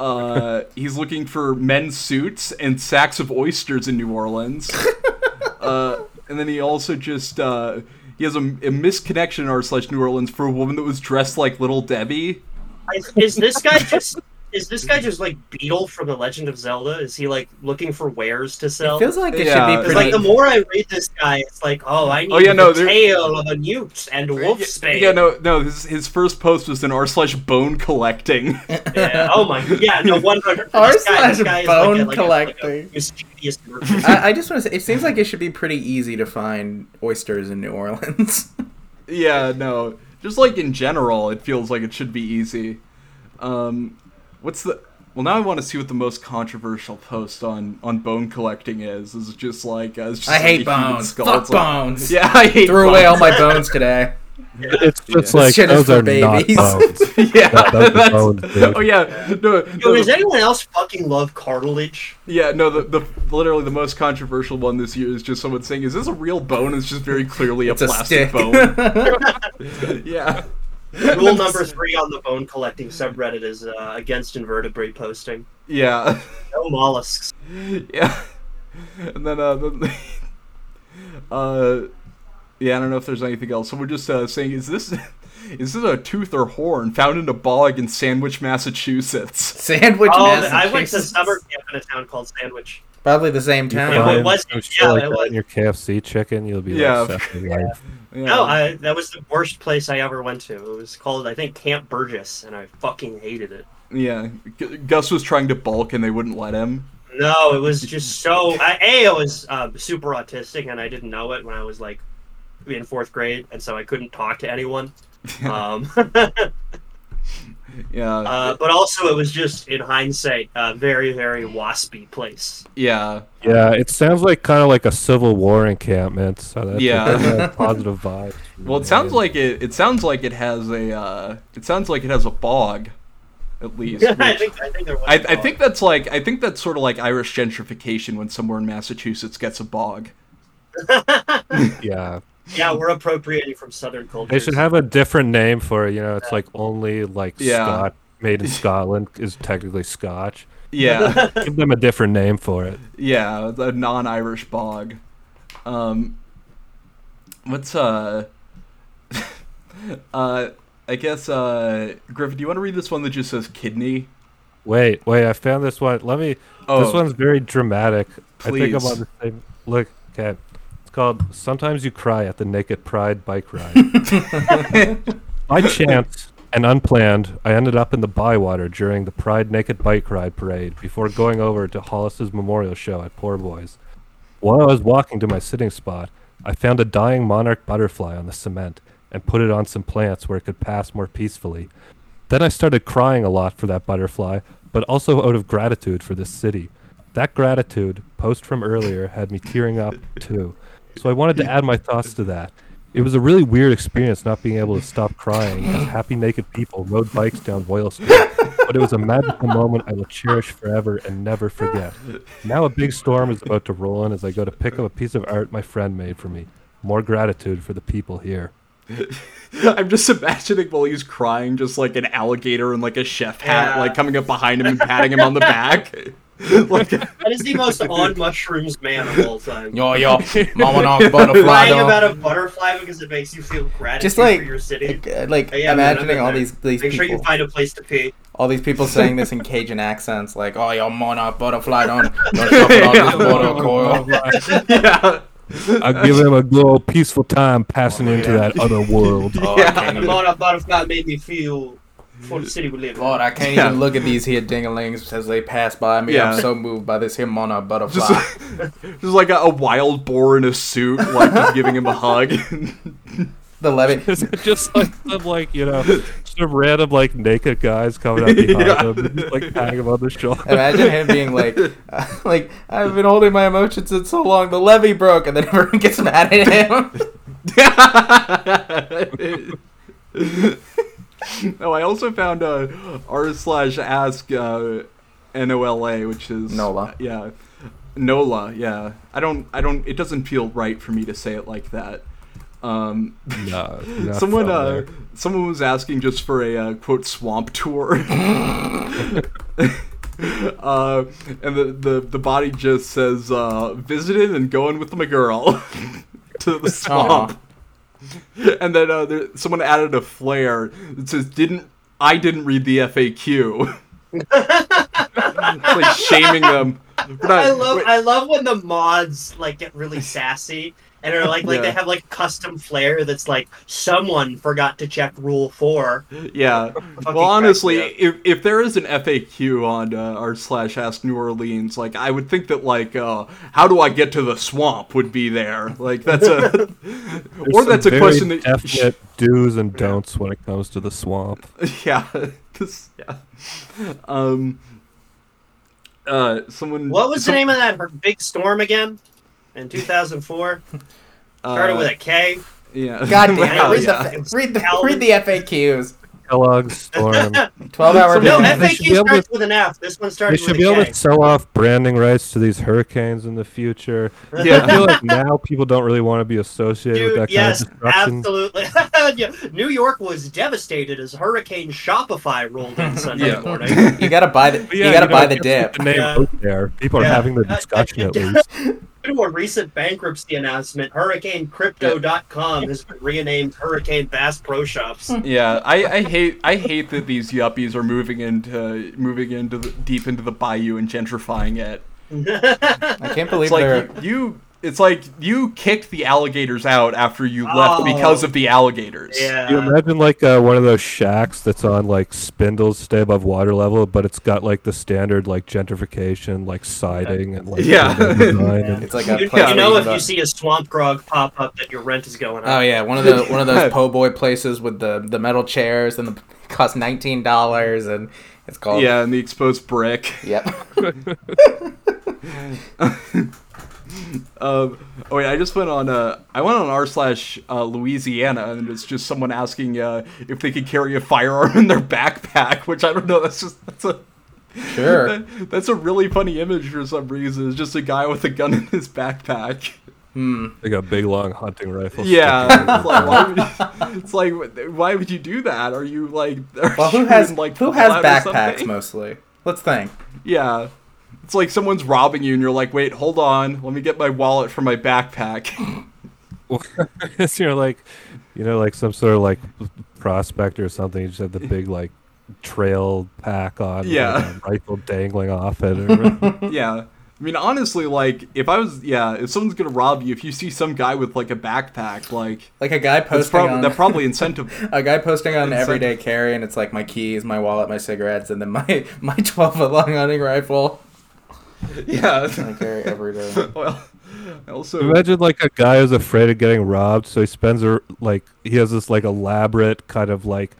S1: Uh, he's looking for men's suits and sacks of oysters in New Orleans. uh, and then he also just uh, he has a, a misconnection in R slash New Orleans for a woman that was dressed like Little Debbie.
S2: Is- Is this guy just? Is this guy just like Beetle from The Legend of Zelda? Is he like looking for wares to sell?
S4: Feels like it
S1: Yeah.
S4: should be
S2: Because
S4: pretty.
S2: like the more I read this guy, it's like, oh, I need
S1: Oh, yeah, no,
S2: the
S1: there-
S2: tail of a newt and wolf space.
S1: Yeah, no, no. His, his first post was in R slash bone collecting.
S2: Yeah, Oh my, yeah, no, one hundred.
S4: R
S2: This guy- this
S4: slash
S2: guy is
S4: bone
S2: like a- like a- like a
S4: collecting.
S2: mischievous merchant.
S4: I, I just want to say, it seems like it should be pretty easy to find oysters in New Orleans.
S1: yeah, no. Just like in general, it feels like it should be easy. Um, what's the? Well, now I want to see what the most controversial post on on bone collecting is. Is it just like uh, it's just
S4: I
S1: like
S4: hate
S1: a human
S4: bones.
S1: skull.
S4: Fuck
S1: It's like-
S4: bones.
S1: Yeah, I hate.
S4: Threw away all
S1: bones.
S4: my bones today.
S3: It's just
S1: Yeah.
S3: like
S4: This shit
S3: those
S4: is for
S3: are not
S4: babies.
S3: bones.
S1: yeah,
S3: that was
S1: that's-
S3: bones, dude.
S1: oh yeah, no,
S2: Yo,
S1: no,
S2: does anyone else fucking love cartilage?
S1: yeah, no. The, the literally the most controversial one this year is just someone saying, "Is this a real bone?" It's just very clearly a
S4: It's a
S1: plastic
S4: stick.
S1: bone. yeah.
S2: Rule number three on the bone collecting subreddit is uh, against invertebrate posting.
S1: Yeah.
S2: No mollusks.
S1: yeah. And then, uh, then uh, yeah, I don't know if there's anything else. So we're just uh, saying, is this, is this a tooth or horn found in a bog in Sandwich, Massachusetts?
S4: Sandwich.
S2: Oh, I
S4: Massachusetts.
S2: went to summer camp in a town called Sandwich.
S4: Probably the same town.
S2: Yeah,
S3: Fine.
S2: what was it?
S3: I'm sure,
S2: Yeah,
S3: like,
S2: it
S3: that
S2: was.
S3: in your KFC chicken, you'll be
S1: Yeah.
S3: like set for life.
S1: Yeah.
S2: No, I, that was the worst place I ever went to. It was called, I think, Camp Burgess, and I fucking hated it.
S1: yeah. G- Gus was trying to bulk and they wouldn't let him.
S2: No, it was just so. I, A, I was uh, super autistic, and I didn't know it when I was like in fourth grade, and so I couldn't talk to anyone. Um,
S1: Yeah.
S2: uh, but also, it was just, in hindsight, a very, very waspy place.
S1: yeah.
S3: Yeah, it sounds like kind of like a civil war encampment. So that's
S1: Yeah.
S3: like, kinda positive vibes.
S1: Well, it sounds like it. It sounds like it has a. Uh, it sounds like it has a bog, at least.
S2: I
S1: which-
S2: think, I think there was.
S1: I,
S2: a
S1: I
S2: dog.
S1: think that's like I think that's sort of like Irish gentrification when somewhere in Massachusetts gets a bog.
S3: yeah.
S2: Yeah, we're appropriating from Southern culture.
S3: They should have a different name for it. You know, it's like only like
S1: Yeah.
S3: Scott made in Scotland is technically Scotch.
S1: Yeah,
S3: Give them a different name for it.
S1: yeah, the non-Irish bog. Um, what's uh, uh, I guess uh, Griffin, do you want to read this one that just says kidney?
S3: Wait, wait, I found this one. Let me.
S1: Oh.
S3: This one's very dramatic. I think I'm
S1: Please.
S3: on the same. Look, okay. It's called Sometimes You Cry at the Naked Pride Bike Ride. By chance and unplanned, I ended up in the Bywater during the Pride Naked Bike Ride parade before going over to Hollis's memorial show at Poor Boys. While I was walking to my sitting spot, I found a dying monarch butterfly on the cement and put it on some plants where it could pass more peacefully. Then I started crying a lot for that butterfly, but also out of gratitude for this city. That gratitude, post from earlier, had me tearing up too. So I wanted to add my thoughts to that. It was a really weird experience not being able to stop crying as happy naked people rode bikes down Boyle Street. But it was a magical moment I will cherish forever and never forget. Now a big storm is about to roll in as I go to pick up a piece of art my friend made for me. More gratitude for the people here.
S1: I'm just imagining while he's crying, just like an alligator in like a chef hat,
S2: Yeah.
S1: like coming up behind him and patting him on the back. like,
S2: That is the most on mushrooms man of all time.
S4: Yo yo, mama knock butterfly
S2: Crying
S4: dog.
S2: about a butterfly because it makes you feel gratitude
S4: Just like
S2: for your city.
S4: like, uh, like,
S2: Yeah, yeah, man, I've
S4: imagining
S2: been
S4: all
S2: there.
S4: these these
S2: Make sure
S4: people,
S2: you find a place to pee.
S4: all these people saying this in Cajun accents, like "Oh yo, monarch butterfly dog, yo, chop it on this water coil."
S1: yeah,
S3: I give him a little peaceful time passing into that other world.
S4: Oh, I
S1: Yeah.
S4: can't
S2: The
S4: even,
S2: amount of butterfly made me feel for the city we live in.
S4: Lord, I can't
S1: Yeah.
S4: even look at these here dingalings as they pass by me.
S1: Yeah.
S4: I'm so moved by this here monarch butterfly.
S1: just, just like a, a wild boar in a suit, like just giving him a hug.
S4: the levee.
S3: Is it just like some like you know some random like naked guys coming up behind
S1: Yeah.
S3: him, and just, like patting him on the shoulder?
S4: Imagine him being like, uh, like I've been holding my emotions in so long, the levee broke, and then everyone gets mad at him.
S1: oh, I also found uh, r slash ask uh, nola, which is
S4: Nola.
S1: Yeah, Nola. Yeah, I don't. I don't. It doesn't feel right for me to say it like that. Um,
S3: No,
S1: someone
S3: not
S1: uh,
S3: there.
S1: someone was asking just for a uh, quote swamp tour. Uh, and the, the, the body just says, uh, visited and going with my girl to
S2: Uh-huh.
S1: the swamp. And then uh, there, someone added a flare that says, "Didn't I didn't read the FAQ?" it's like shaming them. We're not-
S2: I love
S1: wait,
S2: I love when the mods like get really sassy and are like like
S1: Yeah.
S2: they have like custom flair that's like someone forgot to check rule four.
S1: yeah. Well, honestly, if, if there is an FAQ on uh, r slash ask New Orleans, like I would think that like uh, how do I get to the swamp would be there. Like that's a
S3: There's
S1: or
S3: some
S1: that's a
S3: very
S1: question that
S3: definite do's and don'ts when it comes to the swamp.
S1: yeah this yeah um uh someone
S2: What was the
S1: some-
S2: name of that her big storm again? In 2004,
S1: uh,
S2: started with a K.
S1: yeah
S4: God damn
S2: Wow,
S4: it! Read,
S1: yeah.
S4: the, read the
S2: Calvin.
S4: read the FAQs.
S3: Kellogg's storm.
S4: Twelve hour.
S1: Some-
S2: No,
S1: They
S3: should be
S2: FAQ
S3: able
S2: starts
S3: to-
S2: with an F. This one
S3: They
S2: started
S3: should
S2: with
S3: be able
S2: a K.
S3: to sell off branding rights to these hurricanes in the future. I
S1: yeah
S3: feel like now people don't really want to be associated with
S2: Dude,
S3: that
S2: yes,
S3: kind of destruction.
S2: absolutely. Yeah, New York was devastated as Hurricane Shopify rolled in Sunday
S1: Yeah.
S2: morning.
S4: you gotta buy the.
S3: But
S4: you gotta
S3: know,
S4: buy the
S3: it's like
S4: dip.
S3: The name
S2: Yeah.
S3: out there. People are
S2: Yeah.
S3: having the
S2: Uh,
S3: discussion at
S2: yeah.
S3: least.
S2: Due to a recent bankruptcy announcement, HurricaneCrypto.com has been renamed Hurricane Bass Pro Shops.
S1: yeah I, I hate i hate that these yuppies are moving into moving into the, deep into the bayou and gentrifying it
S4: I can't believe
S1: it's like
S4: they're.
S1: you, you- it's like you kicked the alligators out after you
S2: Oh.
S1: left because of the alligators
S3: You
S2: Yeah.
S3: imagine like uh, one of those shacks that's on like spindles, stay above water level, but it's got like the standard like gentrification, like siding and like
S1: Yeah.
S3: window design and-
S4: It's like
S2: You,
S4: a.
S2: you
S4: place where
S2: know if
S4: can
S2: you
S4: buy-
S2: see a swamp grog pop up that your rent is going
S4: Oh
S2: up.
S4: yeah, one of the one of those po' boy places with the the metal chairs and the cost nineteen dollars and it's called
S1: yeah and the exposed brick
S4: Yep.
S1: Um, oh wait, I just went on. Uh, I went on r slash uh, Louisiana, and it's just someone asking uh, if they could carry a firearm in their backpack. Which I don't know. That's just that's a
S4: Sure.
S1: that's a really funny image for some reason. It's just a guy with a gun in his backpack.
S3: like a big long hunting rifle. sticking
S1: Yeah,
S3: out
S1: it's
S3: of the
S1: like,
S3: ground.
S1: why would you, it's like why would you do that? Are you like are
S4: Well, who
S1: you
S4: has
S1: in,
S4: like
S1: like
S4: who has
S1: Fallout or
S4: backpacks
S1: something?
S4: mostly? Let's think.
S1: Yeah. It's like someone's robbing you, and you're like, "Wait, hold on, let me get my wallet from my backpack."
S3: It's, you know, like you know, like some sort of like prospector or something. You just have the big like trail pack on, with, like,
S1: Yeah.
S3: a rifle dangling off it. Or,
S1: Yeah. I mean, honestly, like, if I was, yeah, if someone's gonna rob you, if you see some guy with, like, a backpack, like,
S4: Like a guy
S1: that's
S4: posting
S1: prob-
S4: on
S1: that probably incentive.
S4: a guy posting on
S1: It's
S4: everyday carry and it's like my keys, my wallet, my cigarettes, and then my my twelve foot long hunting rifle. I
S1: yeah.
S4: carry every day.
S1: well, I also,
S3: imagine like a guy who's afraid of getting robbed, so he spends a, like he has this like elaborate kind of like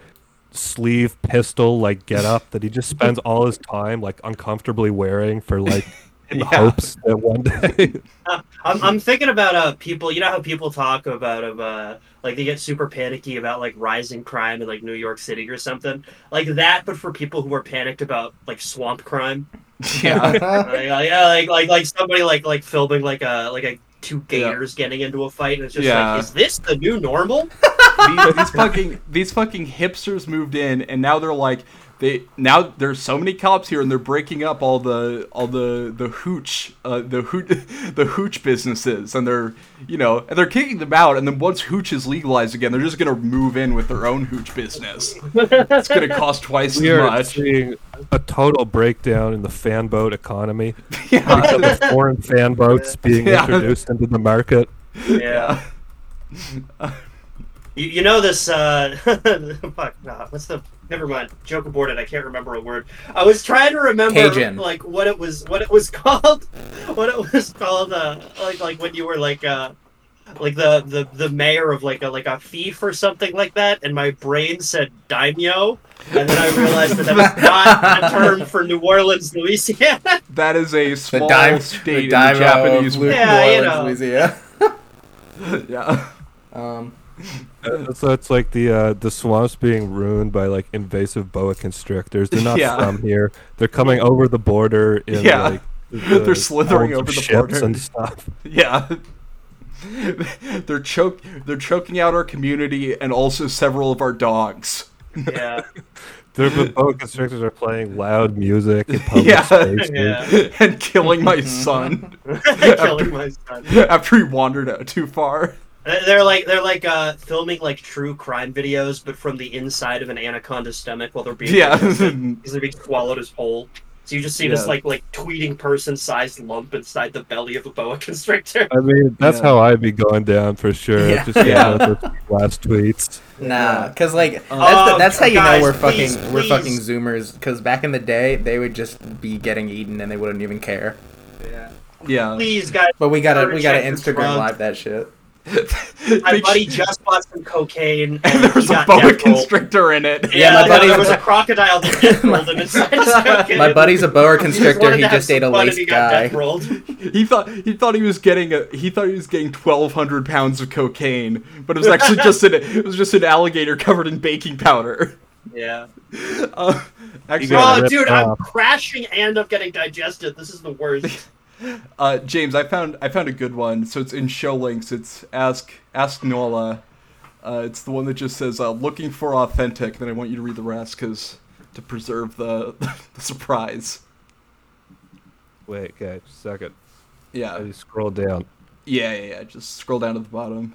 S3: sleeve pistol like get up that he just spends all his time like uncomfortably wearing for like in the
S1: Yeah.
S3: hopes that one day
S2: I'm, I'm thinking about uh people. You know how people talk about of uh like they get super panicky about like rising crime in like New York City or something like that, but for people who are panicked about like swamp crime.
S1: yeah.
S2: like, like, yeah, like like like somebody like like filming like a like a two gators getting into a fight, and it's just
S1: Yeah.
S2: like, is this the new normal?
S1: these, these fucking these fucking hipsters moved in and now they're like they now there's so many cops here and they're breaking up all the all the the hooch uh, the hoot the hooch businesses and they're you know and they're kicking them out and then once hooch is legalized again they're just gonna move in with their own hooch business it's gonna cost twice
S3: we
S1: as
S3: are
S1: much
S3: seeing a total breakdown in the fanboat economy.
S1: yeah.
S3: the foreign fan boats being
S1: Yeah.
S3: introduced into the market.
S2: Yeah. you, you know this uh fuck nah, what's the never mind joke aborted i can't remember a word i was trying to remember
S4: Cajun.
S2: like what it was what it was called what it was called uh like like when you were like uh like the, the the mayor of like a like a thief or something like that, and my brain said daimyo, and then I realized that that was not a term for New Orleans, Louisiana.
S1: That is a
S4: The
S1: small
S4: dime,
S1: state
S4: the
S1: in
S4: dime
S1: Japanese.
S4: of New
S2: Yeah, you
S4: Orleans,
S2: know.
S4: Louisiana.
S1: yeah.
S4: Um,
S3: That's, that's like the uh, the swamps being ruined by like invasive boa constrictors. They're not
S1: Yeah.
S3: from here. They're coming over the border. In,
S1: Yeah.
S3: like,
S1: They're slithering
S3: holds of
S1: over the
S3: ships
S1: border.
S3: and stuff.
S1: Yeah. they're choke they're choking out our community and also several of our dogs.
S2: yeah,
S3: They're, the boa constrictors are playing loud music in public
S1: Yeah.
S3: spaces.
S2: yeah,
S1: and killing my son
S2: killing my son.
S1: after he wandered out too far.
S2: They're like they're like uh, filming like true crime videos, but from the inside of an anaconda's stomach while they're being
S1: Yeah.
S2: digested. He's being swallowed as whole. So you just see this
S1: Yeah.
S2: like like tweeting person sized lump inside the belly of a boa constrictor.
S3: I mean, that's
S1: Yeah.
S3: how I'd be going down for sure.
S4: Yeah.
S3: Just you
S1: Yeah.
S3: know, the last tweets.
S4: nah, because like that's,
S2: Oh,
S4: the, that's how you
S2: guys,
S4: know we're
S2: please,
S4: fucking we're fucking
S2: please.
S4: Zoomers. Because back in the day, they would just be getting eaten and they wouldn't even care.
S1: Yeah.
S2: Please, guys,
S4: But we gotta
S2: Started
S4: we gotta
S2: checking
S4: Instagram
S2: drugs.
S4: live that shit.
S2: my
S1: Make
S2: buddy
S1: sure-
S2: just bought some cocaine and
S1: and there was
S2: he
S1: a
S2: got
S1: boa
S2: death roll.
S1: constrictor in it.
S2: Yeah,
S4: Yeah, my
S2: no,
S4: buddy-
S2: there was a crocodile that death rolled him inside his cocaine.
S4: My buddy's a boa constrictor.
S2: wanted
S4: He
S2: to have
S4: just
S2: some
S4: ate a
S2: fun and
S4: lace
S2: he got
S4: guy.
S2: death rolled.
S1: He thought he thought he was getting a he thought he was getting twelve hundred pounds of cocaine, but it was actually just an it was just an alligator covered in baking powder.
S2: Yeah.
S1: Uh, actually,
S3: got
S2: Oh,
S3: ripped
S2: dude, I'm
S3: off.
S2: crashing and I'm getting digested. This is the worst.
S1: Uh, James, I found I found a good one. So it's in show links. It's ask ask Nola. Uh, it's the one that just says uh, looking for authentic. Then I want you to read the rest because to preserve the, the surprise.
S3: Wait, okay, just a second. I
S1: Yeah,
S3: just scroll down.
S1: yeah, yeah, yeah. Just scroll down to the bottom.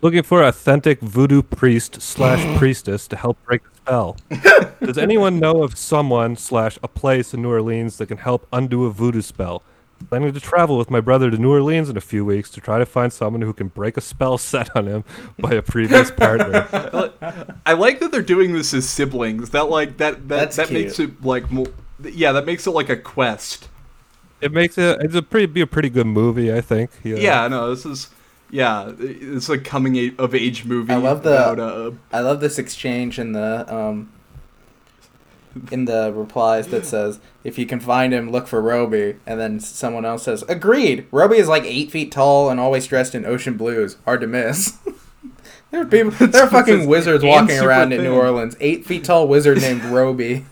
S3: Looking for authentic voodoo priest slash priestess to help break the spell. Does anyone know of someone slash a place in New Orleans that can help undo a voodoo spell? Planning to travel with my brother to New Orleans in a few weeks to try to find someone who can break a spell set on him by a previous partner.
S1: I like that they're doing this as siblings. That like that that
S4: That's
S1: that
S4: cute.
S1: makes it like more. Yeah, that makes it like a quest.
S3: It makes it it's a pretty be a pretty good movie, I think.
S1: Yeah, no, this is. Yeah, it's a coming a- of age movie.
S4: I love the-
S1: about, uh,
S4: I love this exchange in the um, in the replies that says, "If you can find him, look for Roby." And then someone else says, "Agreed." Roby is like eight feet tall and always dressed in ocean blues. Hard to miss. there are people. There are fucking wizards
S1: And
S4: walking
S1: super
S4: around in
S1: thin.
S4: New Orleans. Eight feet tall wizard named Roby.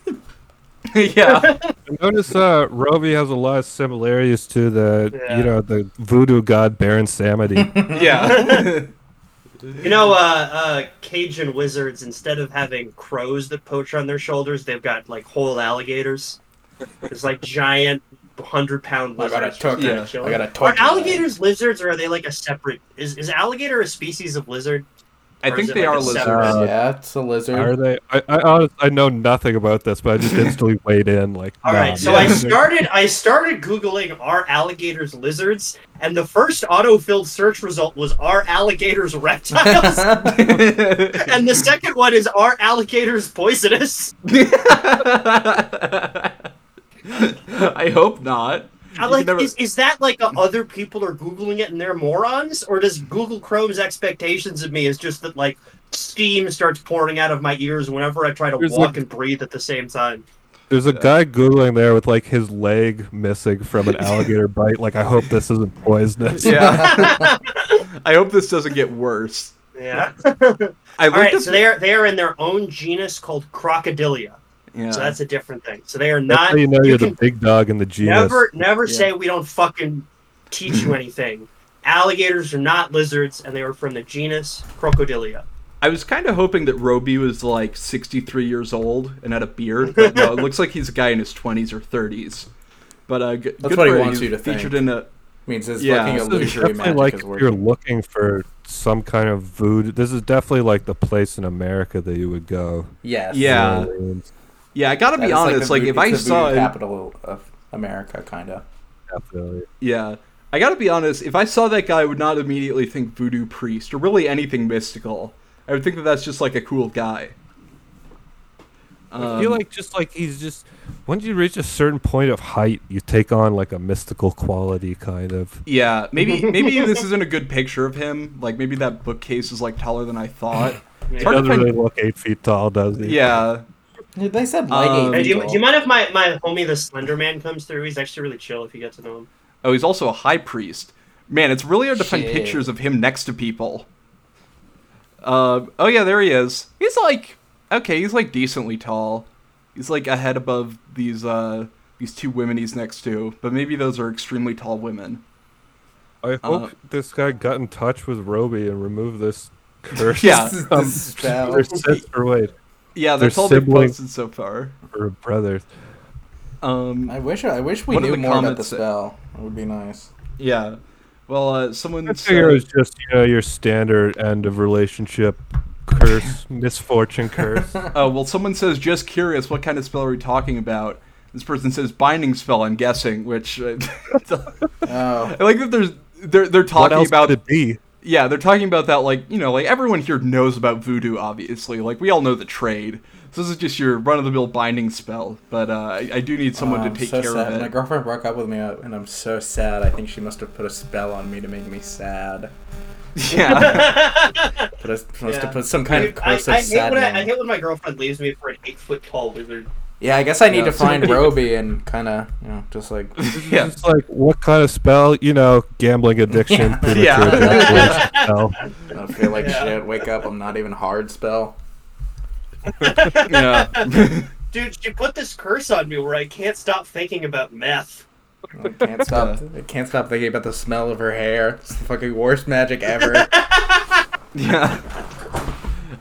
S1: yeah,
S3: I notice uh Roby has a lot of similarities to the
S2: Yeah.
S3: you know, the voodoo god Baron Samedi.
S1: yeah.
S2: You know, uh, uh, Cajun wizards, instead of having crows that poach on their shoulders, they've got like whole alligators. It's like giant, hundred pound
S4: I got a
S2: lizards.
S4: tucker.
S1: Yeah.
S4: I got a
S2: Are
S4: torch.
S2: alligators lizards, or are they like a separate? Is is alligator a species of lizard?
S1: I
S2: Or
S1: think
S2: is it
S1: they
S2: like
S1: are
S2: a
S1: lizards.
S2: separate-
S3: Uh,
S4: yeah, it's a
S3: Are
S4: lizard.
S3: they? I I, honest, I know nothing about this, but I just instantly weighed in. Like,
S2: All
S3: nah,
S2: right, so
S3: man.
S2: I started I started googling are alligators lizards, and the first auto-filled search result was are alligators reptiles, and the second one is are alligators poisonous.
S1: I hope not.
S2: I'm
S1: You
S2: like,
S1: never-
S2: is, is that like a, other people are googling it and they're morons, or does Google Chrome's expectations of me is just that like steam starts pouring out of my ears whenever I try to
S3: There's,
S2: walk
S3: like-
S2: and breathe at the same time?
S3: There's a guy googling there with like his leg missing from an alligator bite. Like, I hope this isn't poisonous.
S1: Yeah. I hope this doesn't get worse.
S2: Yeah.
S1: I
S2: All
S1: looked
S2: right,
S1: at the-
S2: so they are they are in their own genus called Crocodilia.
S1: yeah.
S2: So that's a different thing. So they are
S3: That's
S2: not.
S3: how you know
S2: you
S3: you're the
S2: can
S3: big dog in the genus.
S2: never, never
S1: Yeah.
S2: say we don't fucking teach you anything. Alligators are not lizards, and they were from the genus Crocodilia.
S1: I was kind of hoping that Roby was like 63 years old and had a beard, but no, it looks like he's a guy in his 20s or 30s. But uh, g- good
S4: what he
S1: for
S4: wants
S1: you.
S4: you to think.
S1: featured in a
S4: Means this
S1: Yeah.
S4: fucking
S1: So
S3: This is
S4: illusory
S3: definitely
S4: magic
S3: like
S4: is
S3: if you're
S4: working.
S3: looking for some kind of voodoo. This is definitely like the place in America that you would go.
S4: Yes.
S1: Yeah.
S3: New Orleans,
S1: yeah. I gotta
S4: That
S1: be
S4: is the
S1: honest, like,
S4: voodoo-
S1: if I
S4: it's the
S1: saw
S4: voodoo
S1: it,
S4: capital of America, kind of.
S3: definitely.
S1: yeah, I gotta be honest, if I saw that guy, I would not immediately think voodoo priest or really anything mystical. I would think that that's just like a cool guy.
S3: I
S2: Um,
S3: feel like just like he's just once you reach a certain point of height, you take on like a mystical quality kind of.
S1: Yeah, maybe maybe this isn't a good picture of him. Like maybe that bookcase is like taller than I thought. It's
S2: It
S1: hard to
S3: Doesn't
S1: find-
S3: really look eight feet tall, does he?
S1: Yeah,
S4: They said
S1: Um,
S4: light
S2: Hey,
S4: eight
S2: do, you,
S4: feet
S2: do
S4: tall.
S2: you mind if my, my homie the Slender Man comes through? He's actually really chill if you get to know him.
S1: Oh, he's also a high priest. Man, it's really hard to find
S4: Shit.
S1: pictures of him next to people. Uh, oh yeah, there he is. He's like okay, he's like decently tall. He's like a head above these uh these two women he's next to, but maybe those are extremely tall women.
S3: I hope
S1: Uh,
S3: this guy got in touch with Roby and removed this curse.
S1: Yeah,
S4: This is
S3: Um,
S4: the spell.
S3: Or sister, wait,
S1: yeah,
S3: They're
S1: that's all they've
S3: siblings.
S1: posted so far.
S3: or brothers.
S1: Um,
S4: I wish I wish we
S1: What do
S4: knew
S1: the
S4: more about the
S1: comments say?
S4: spell. It would be nice.
S1: yeah. Well, uh, someone
S3: I figure it
S1: said,
S3: was just you know your standard end of relationship curse, misfortune curse.
S1: oh, well, someone says just curious, what kind of spell are we talking about? This person says binding spell. I'm guessing, which uh,
S4: Oh,
S1: I like that there's they're they're
S3: what
S1: talking
S3: else
S1: about
S3: could it be?
S1: yeah they're talking about that like you know like everyone here knows about voodoo obviously like we all know the trade so this is just your run of the mill binding spell but uh, I, I do need someone
S4: Oh, I'm
S1: to take
S4: so
S1: care
S4: sad.
S1: of
S4: My
S1: it
S4: girlfriend broke up with me, uh, and I'm so sad. I think she must have put a spell on me to make me sad.
S1: yeah
S4: But I was supposed to
S2: Yeah.
S4: put some kind of
S2: Dude, I,
S4: curse of
S2: I hate when
S4: sadness.
S2: I, I hate when my girlfriend leaves me for an eight foot tall wizard.
S4: Yeah, I guess I need
S1: Yeah.
S4: to find Roby and kind of, you know, just like.
S1: yeah
S3: It's like what kind of spell? You know, gambling addiction,
S4: Yeah.
S3: premature
S1: Yeah.
S3: death, witch spell.
S4: I don't feel like
S2: Yeah.
S4: shit. Wake up! I'm not even hard spell.
S1: yeah
S2: Dude, she put this curse on me where I can't stop thinking about meth.
S4: I can't stop. I can't stop thinking about the smell of her hair. It's the fucking worst magic ever.
S1: yeah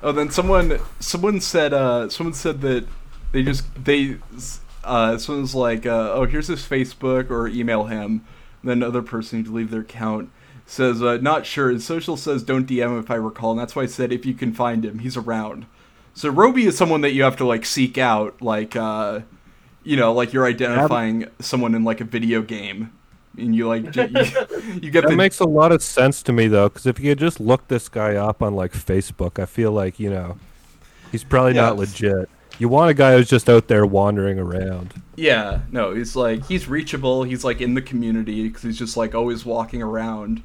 S1: oh then someone someone said uh someone said that they just they uh someone's like uh, oh here's his facebook or email him and then another person to leave their account says uh, not sure his social says don't dm him if i recall and that's why i said if you can find him he's around so roby is someone that you have to like seek out like uh you know like you're identifying someone in like a video game and you like j- you, you get
S3: That
S1: the
S3: makes a lot of sense to me though, because if you had just looked this guy up on like Facebook, I feel like you know, he's probably not
S1: Yeah.
S3: legit. You want a guy who's just out there wandering around.
S1: Yeah, no, he's like he's reachable. He's like in the community because he's just like always walking around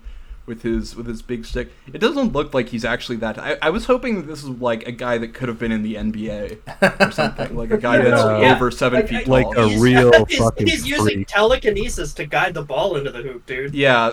S1: with his with his big stick. It doesn't look like he's actually that. I, I was hoping that this is like a guy that could have been in the NBA or something, like a guy that's
S3: Yeah.
S2: Yeah.
S1: over seven
S2: Like-
S1: feet
S3: like
S1: tall.
S3: a
S2: He's-
S3: real
S2: he's,
S3: fucking
S2: He's using
S3: freak.
S2: telekinesis to guide the ball into the hoop, dude.
S1: yeah,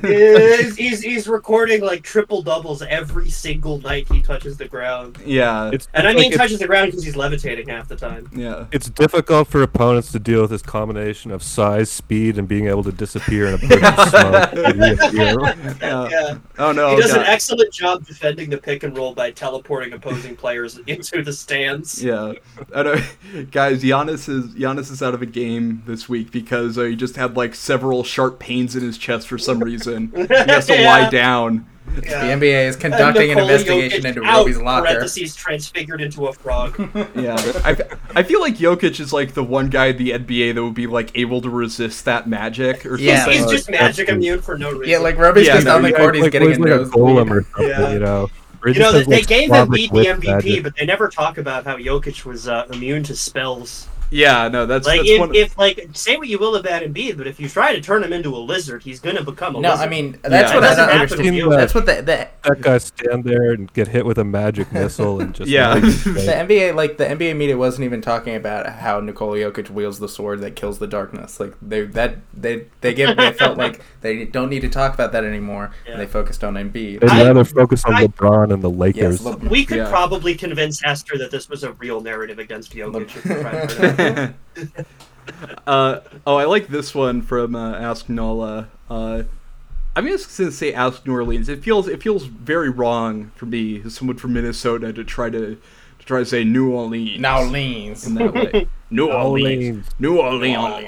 S2: he's, he's, he's recording like triple doubles every single night he touches the ground.
S1: yeah,
S3: It's
S2: And I
S3: it's
S2: mean
S3: like
S2: touches the ground because he's levitating half the time.
S1: yeah.
S3: it's, it's difficult for opponents to deal with this combination of size, speed, and being able to disappear in a burst of smoke. Yeah.
S1: Yeah.
S2: yeah.
S1: Oh no,
S2: he does an
S1: God.
S2: excellent job defending the pick and roll by teleporting opposing players into the stands.
S1: Yeah, I know, guys. Giannis is Giannis is out of a game this week because uh, he just had like several sharp pains in his chest for some reason. He has to
S2: Yeah.
S1: lie down.
S4: The
S2: Yeah.
S4: NBA is
S2: And
S4: conducting an
S2: Nikola
S4: investigation
S2: Jokic
S4: into
S2: out,
S4: Roby's locker.
S2: Parentheses transfigured into a frog.
S1: Yeah, I, I feel like Jokic is like the one guy in the NBA that would be like able to resist that magic or
S2: he's,
S4: Yeah.
S1: something.
S2: he's just
S3: That's
S2: magic
S3: true.
S2: immune for no reason.
S4: Yeah, like Roby's
S1: Yeah,
S4: just
S1: no,
S4: on the
S1: yeah,
S4: court. He's
S3: like,
S4: getting
S3: like
S4: a
S3: a
S4: nosebleed.
S3: golem or something,
S2: Yeah.
S3: you know. Or
S2: you
S3: just
S2: know, they,
S3: has,
S2: they
S3: like,
S2: gave him
S3: Slavic
S2: Embiid the E
S3: whip
S2: MVP,
S3: magic.
S2: but they never talk about how Jokic was uh, immune to spells.
S1: yeah, no, that's
S2: Like,
S1: that's
S2: if,
S1: one.
S2: if like say what you will about Embiid, but if you try to turn him into a lizard, he's gonna become a
S4: No,
S2: lizard.
S4: I mean that's
S1: Yeah.
S4: what
S2: It doesn't
S4: I don't
S2: happen
S4: understand.
S2: to you.
S3: But-
S4: That's what the, the
S3: that guy stand there and get hit with a magic missile and just
S1: Yeah.
S4: the NBA like the NBA media wasn't even talking about how Nikola Jokic wields the sword that kills the darkness. Like they that they they give they felt like they don't need to talk about that anymore.
S2: Yeah.
S4: And they focused on Embiid.
S3: They'd
S2: I-
S3: rather focus on
S2: I-
S3: LeBron and the Lakers.
S4: yes, Le-
S2: we could
S1: Yeah.
S2: probably convince Esther that this was a real narrative against Jokic. if we tried to find out.
S1: uh, oh, I like this one from uh, Ask Nola. Uh, I'm just gonna say Ask New Orleans. It feels it feels very wrong for me, as someone from Minnesota, to try to to try to say New Orleans.
S4: Now leans.
S1: in that way. New Orleans. New Orleans.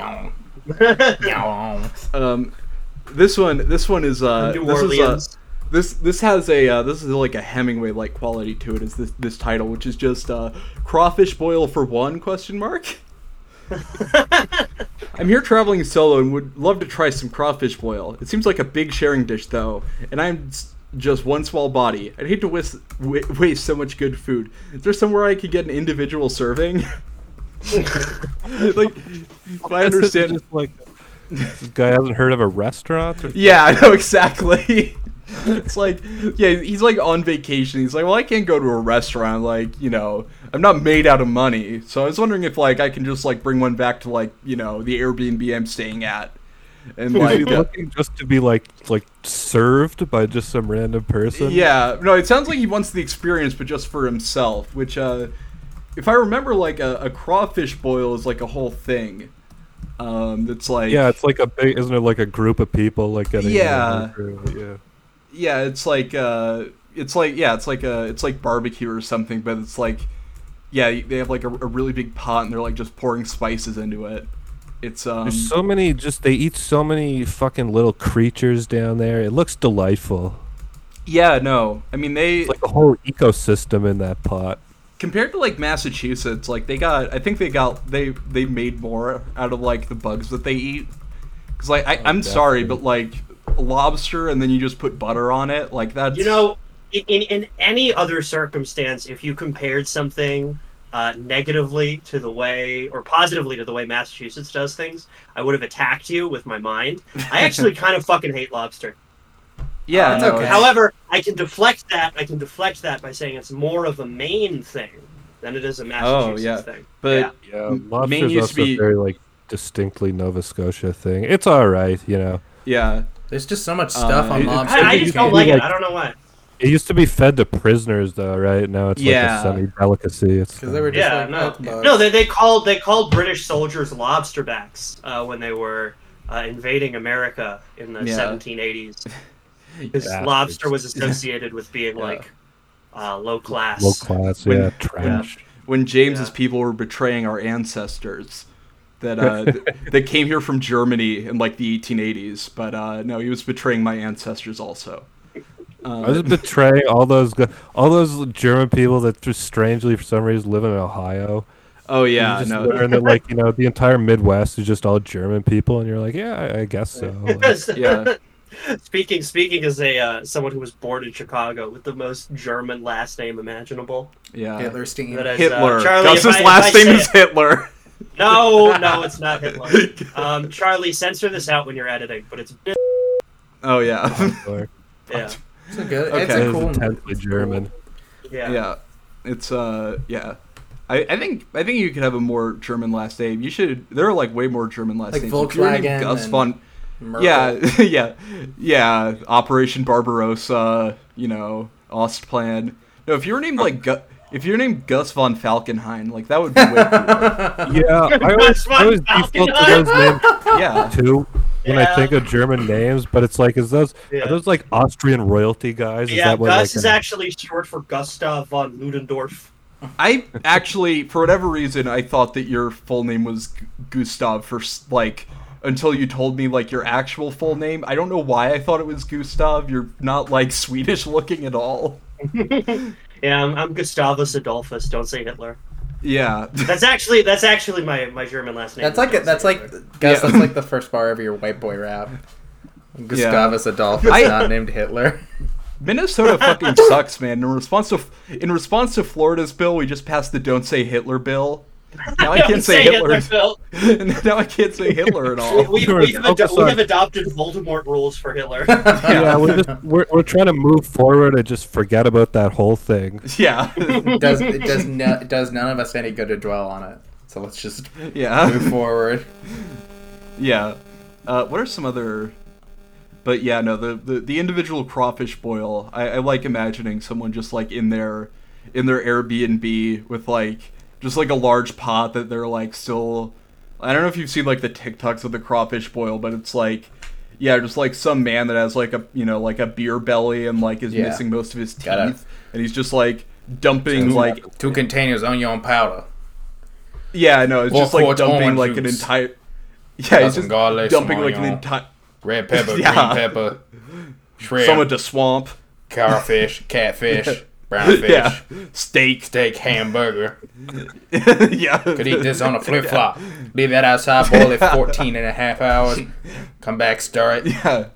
S1: Um, this one this one is uh
S2: New
S1: this is, uh,
S2: Orleans.
S1: this this has a uh, this is like a Hemingway like quality to it is this this title which is just uh, crawfish boil for one question mark. I'm here traveling solo and would love to try some crawfish boil. It seems like a big sharing dish though, and I'm s- just one small body. I'd hate to waste, wa- waste so much good food. Is there somewhere I could get an individual serving? like, my
S3: This is
S1: understanding.
S3: just like this guy hasn't heard of a restaurant. Or,
S1: Yeah, I know exactly. it's like, yeah, he's like on vacation. He's like, well, I can't go to a restaurant. Like, you know, I'm not made out of money. So I was wondering if like I can just like bring one back to like you know the Airbnb I'm staying at, and
S3: Is he
S1: like. uh,
S3: looking just to be like like served by just some random person?
S1: Yeah, no, it sounds like he wants the experience, but just for himself. Which, uh, if I remember, like a, a crawfish boil is like a whole thing. Um, that's like
S3: Yeah, it's like a big, isn't it like a group of people like getting
S1: Yeah. Um,
S3: yeah.
S1: yeah, it's like uh, it's like yeah, it's like a it's like barbecue or something, but it's like yeah, they have like a, a really big pot and they're like just pouring spices into it. It's um,
S3: There's so many just they eat so many fucking little creatures down there. It looks delightful.
S1: yeah, no, I mean they
S3: It's like a whole ecosystem in that pot.
S1: compared to like Massachusetts, like they got, I think they got they they made more out of like the bugs that they eat. Cause like I,
S3: Oh,
S1: I'm sorry, but like lobster, and then you just put butter on it, like that's
S2: You know, in, in, in any other circumstance, if you compared something uh, negatively to the way, or positively to the way Massachusetts does things, I would have attacked you with my mind. I actually kind of fucking hate lobster.
S1: yeah.
S4: That's
S1: no,
S4: okay.
S1: it's-
S2: However, I can deflect that. I can deflect that by saying it's more of a Maine thing than it is a Massachusetts
S1: yeah.
S2: thing.
S1: But
S2: Yeah.
S3: Yeah,
S1: M-
S3: lobster's
S1: Maine used
S3: also
S1: to be-
S3: a very like distinctly Nova Scotia thing. It's all right, you know.
S1: yeah,
S4: There's just so much stuff
S1: Uh,
S4: on
S1: it-
S4: lobster.
S2: I, I
S4: you
S2: just
S4: can't-
S2: don't like it.
S3: like-
S2: I don't know why.
S3: It used to be fed to prisoners though, right? Now it's
S1: Yeah.
S3: like a semi delicacy. It's
S4: Because they were just
S2: Yeah,
S4: like,
S2: no,
S4: "Oh, bugs."
S2: no. They, they called they called British soldiers lobsterbacks uh, when they were uh, invading America in the
S1: Yeah.
S2: 1780s. Because
S3: Bastards.
S2: lobster was associated with being
S1: Yeah.
S2: like uh, low class.
S3: low class,
S1: When-
S3: yeah, trash.
S1: when James's
S2: Yeah.
S1: people were betraying our ancestors. That uh, th- that came here from Germany in like the 1880s, but uh, no, he was betraying my ancestors also. Um,
S3: I was betraying all those gu- all those German people that just strangely for some reason live in Ohio.
S1: oh
S3: You
S1: yeah,
S3: just
S1: no,
S3: learn that like you know the entire Midwest is just all German people, and you're like, yeah, I, I guess so. Like,
S1: yeah.
S2: Speaking speaking as a uh, someone who was born in Chicago with the most German last name imaginable.
S1: yeah.
S4: Hitler steam.
S2: That is, uh,
S1: Hitler.
S2: Charlie, if
S1: Gus's
S2: I- if I
S1: last name
S2: say
S1: is Hitler.
S2: it- No, no, it's not Hitler. Um, Charlie, censor this out when you're editing, but it's
S1: Oh yeah.
S3: or-
S2: yeah,
S4: It's a good. It's
S1: Okay.
S3: It
S4: a
S3: is
S4: cool.
S3: intensely German.
S2: yeah.
S1: yeah. It's uh yeah. I, I think I think you could have a more German last name. You should. There are like way more German last
S4: Like
S1: names. If your name
S4: Volkswagen
S1: Gus
S4: and
S1: von.
S4: Merkel.
S1: Yeah, yeah, yeah. Operation Barbarossa. You know, Ostplan. No, if you were named like Gu- if you're named Gus von Falkenhayn, like that would be way cooler.
S3: Yeah, I always, I always
S2: Falcon
S3: default to
S2: Eye.
S3: those names
S1: Yeah.
S3: too when
S2: Yeah.
S3: I think of German names, but it's like, is those
S2: Yeah.
S3: are those like Austrian royalty guys? Is
S2: Yeah,
S3: that what
S2: Gus
S3: like,
S2: is
S3: uh,
S2: actually short for Gustav von Ludendorff.
S1: I actually, for whatever reason, I thought that your full name was G- Gustav for s- like until you told me like your actual full name. I don't know why I thought it was Gustav. You're not like Swedish looking at all.
S2: Yeah, I'm, I'm Gustavus Adolphus. Don't say Hitler.
S1: Yeah,
S2: That's actually that's actually my, my German last name.
S4: That's like
S2: Don't
S4: that's
S2: say
S4: like
S2: Hitler.
S4: Gus.
S1: Yeah.
S4: That's like the first bar of your white boy rap. Gustavus Adolphus,
S1: I-
S4: not named Hitler.
S1: Minnesota fucking sucks, man. In response to in response to Florida's bill, we just passed the "Don't Say Hitler" bill. Now I
S2: Don't
S1: can't say Hitler.
S2: Phil.
S1: now I can't say Hitler at all.
S2: We, we,
S3: Sure,
S2: we've ado-
S3: focus
S2: we
S3: on-
S2: have adopted Voldemort rules for Hitler.
S3: Yeah, we're, just, we're we're trying to move forward and just forget about that whole thing.
S1: Yeah,
S4: It does it does no, it does none of us any good to dwell on it. So let's just move
S1: yeah.
S4: forward.
S1: Yeah. Uh, what are some other? But yeah, no. The the, the individual crawfish boil. I, I like imagining someone just like in their in their Airbnb with like just like a large pot that they're like still. I don't know if you've seen like the TikToks of the crawfish boil, but it's like. Yeah, just like some man that has like a you know like a beer belly and like is
S4: Yeah.
S1: missing most of his teeth,
S4: Gotta-
S1: and he's just like dumping like
S4: two containers onion powder.
S1: yeah no it's
S4: Well,
S1: just like
S4: court
S1: dumping
S4: orange
S1: like an
S4: juice.
S1: entire yeah
S4: Got
S1: it's
S4: some
S1: just
S4: garlic, some
S1: dumping like an
S4: oil.
S1: entire
S4: Red pepper,
S1: Yeah.
S4: pepper, shrimp,
S1: Some at the swamp.
S4: cowfish, catfish, brown
S1: Yeah. Steak.
S4: steak, hamburger.
S1: yeah.
S4: Could eat this on a flip flop. Leave that outside, boil it 14 and a half hours. Come back, stir it.
S1: Yeah.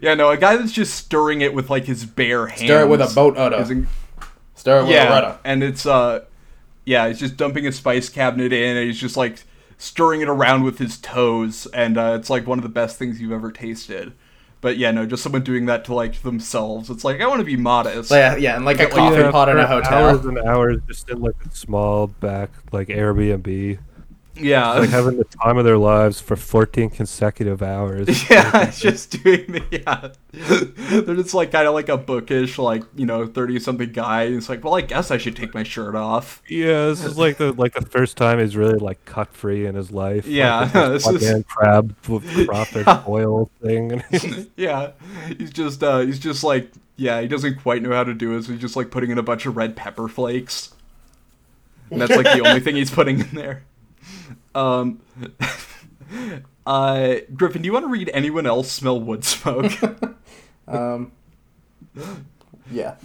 S1: Yeah, no, a guy that's just stirring it with like his bare hands.
S4: Stir it with a boat
S1: is
S4: udder.
S1: in-
S4: Stir it with a
S1: yeah,
S4: rudder.
S1: and it's uh, yeah, he's just dumping a spice cabinet in, and he's just like stirring it around with his toes, and uh, it's like one of the best things you've ever tasted. But yeah, no, just someone doing that to like themselves. It's like I want to be modest.
S4: yeah, yeah, and like a
S1: Get lost.
S4: coffee pot in a
S3: for Hours
S4: hotel.
S3: and hours just in like a small back like Airbnb,
S1: Yeah,
S3: like having the time of their lives for 14 consecutive hours.
S1: Yeah, it's just doing the yeah. They're just like kind of like a bookish, like you know, thirty something guy. And it's like, well, I guess I should take my shirt off.
S3: Yeah, this is like the like the first time he's really like cut free in his life. Like,
S1: Yeah,
S3: this
S1: this is-
S3: goddamn crab with crawfish oil thing. And he's-
S1: Yeah, he's just uh, he's just like yeah, he doesn't quite know how to do it. So he's just like putting in a bunch of red pepper flakes, and that's like the only thing he's putting in there. Um, uh, Griffin, do you want to read anyone else smell wood smoke?
S4: Um, yeah.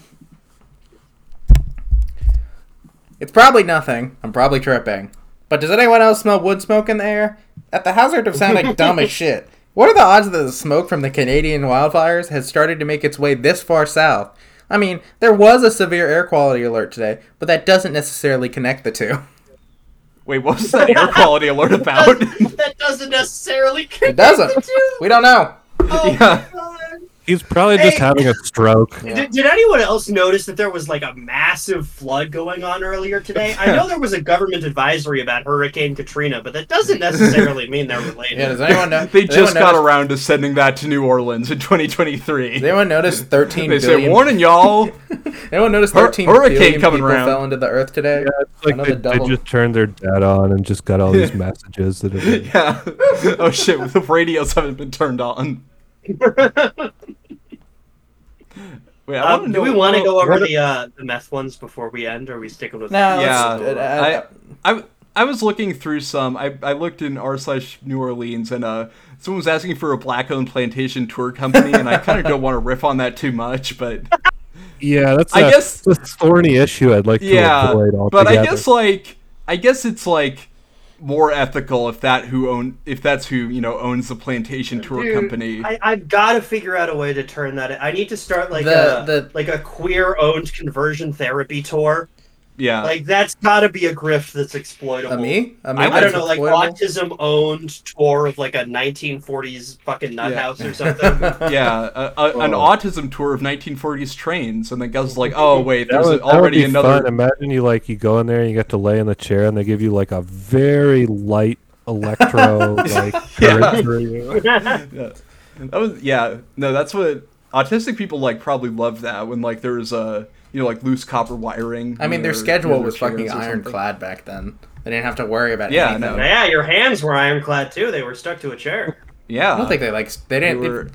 S4: It's probably nothing. I'm probably tripping. But does anyone else smell wood smoke in the air? At the hazard of sounding dumb as shit, what are the odds that the smoke from the Canadian wildfires has started to make its way this far south? I mean, there was a severe air quality alert today, but that doesn't necessarily connect the two.
S1: Wait, what was that air quality alert about?
S2: that doesn't necessarily
S4: It doesn't. We don't know.
S2: Oh
S1: yeah.
S3: he's probably just
S2: Hey.
S3: having a stroke.
S4: Yeah.
S2: Did, did anyone else notice that there was like a massive flood going on earlier today? I know there was a government advisory about Hurricane Katrina, but that doesn't necessarily mean they're related.
S4: Yeah, does anyone know?
S1: They
S4: does anyone
S1: just got
S4: notice-
S1: around to sending that to New Orleans in 2023.
S4: Does anyone notice 13
S1: They
S4: billion-
S1: said, "Warning, y'all!
S4: Anyone notice
S1: Hur-
S4: 13
S1: hurricane
S4: billion
S1: coming
S4: people
S1: around.
S4: fell into the earth today?
S3: Yeah, it's like
S4: Another
S3: they, they
S4: double.
S3: just turned their dad on and just got all these messages that have been
S1: yeah. Oh shit, the radios haven't been turned on." Wait, I
S2: Um,
S1: wanna
S2: do
S1: know-
S2: we want to go over
S3: what-
S2: the uh, the meth ones before we end, or are we sticking with?
S4: No,
S1: Yeah,
S4: let's- uh, uh,
S1: I, I, I was looking through some. I, I looked in r slash New Orleans, and uh, someone was asking for a black-owned plantation tour company, and I kind of don't want to riff on that too much, but
S3: Yeah, that's
S1: I
S3: a-
S1: guess-
S3: that's a thorny issue. I'd like to
S1: yeah,
S3: avoid
S1: but
S3: altogether.
S1: I guess like I guess it's like more ethical if that who own if that's who you know owns the plantation tour
S2: Dude,
S1: company.
S2: I, I've got to figure out a way to turn that. I need to start like
S4: The-
S2: a
S4: the-
S2: like a queer owned conversion therapy tour.
S1: yeah,
S2: Like that's got to be a grift that's exploitable.
S4: a me? A me
S1: I That's
S2: I don't
S4: that's
S2: know, like
S4: exploitable?
S2: autism owned tour of like a 1940s fucking nut
S1: Yeah.
S2: house or something.
S1: yeah, a, a, an
S3: Oh.
S1: autism tour of 1940s trains, and then Gus is like, "Oh wait,
S3: That
S1: there's
S3: would, that would
S1: already
S3: be
S1: another."
S3: fun. Imagine you like you go in there and you get to lay in the chair and they give you like a very light electro like
S1: Yeah.
S3: current through you.
S1: That was yeah, no, that's what autistic people like probably love that when like there was a you know like loose copper wiring.
S4: I mean,
S1: near-
S4: their schedule
S1: near
S4: was
S1: chairs
S4: fucking
S1: or something.
S4: ironclad back then. They didn't have to worry about
S1: Yeah, no.
S4: anything.
S2: yeah, your hands were ironclad too. They were stuck to a chair.
S1: Yeah,
S4: I don't think they like
S1: they
S4: they didn't they,
S1: were-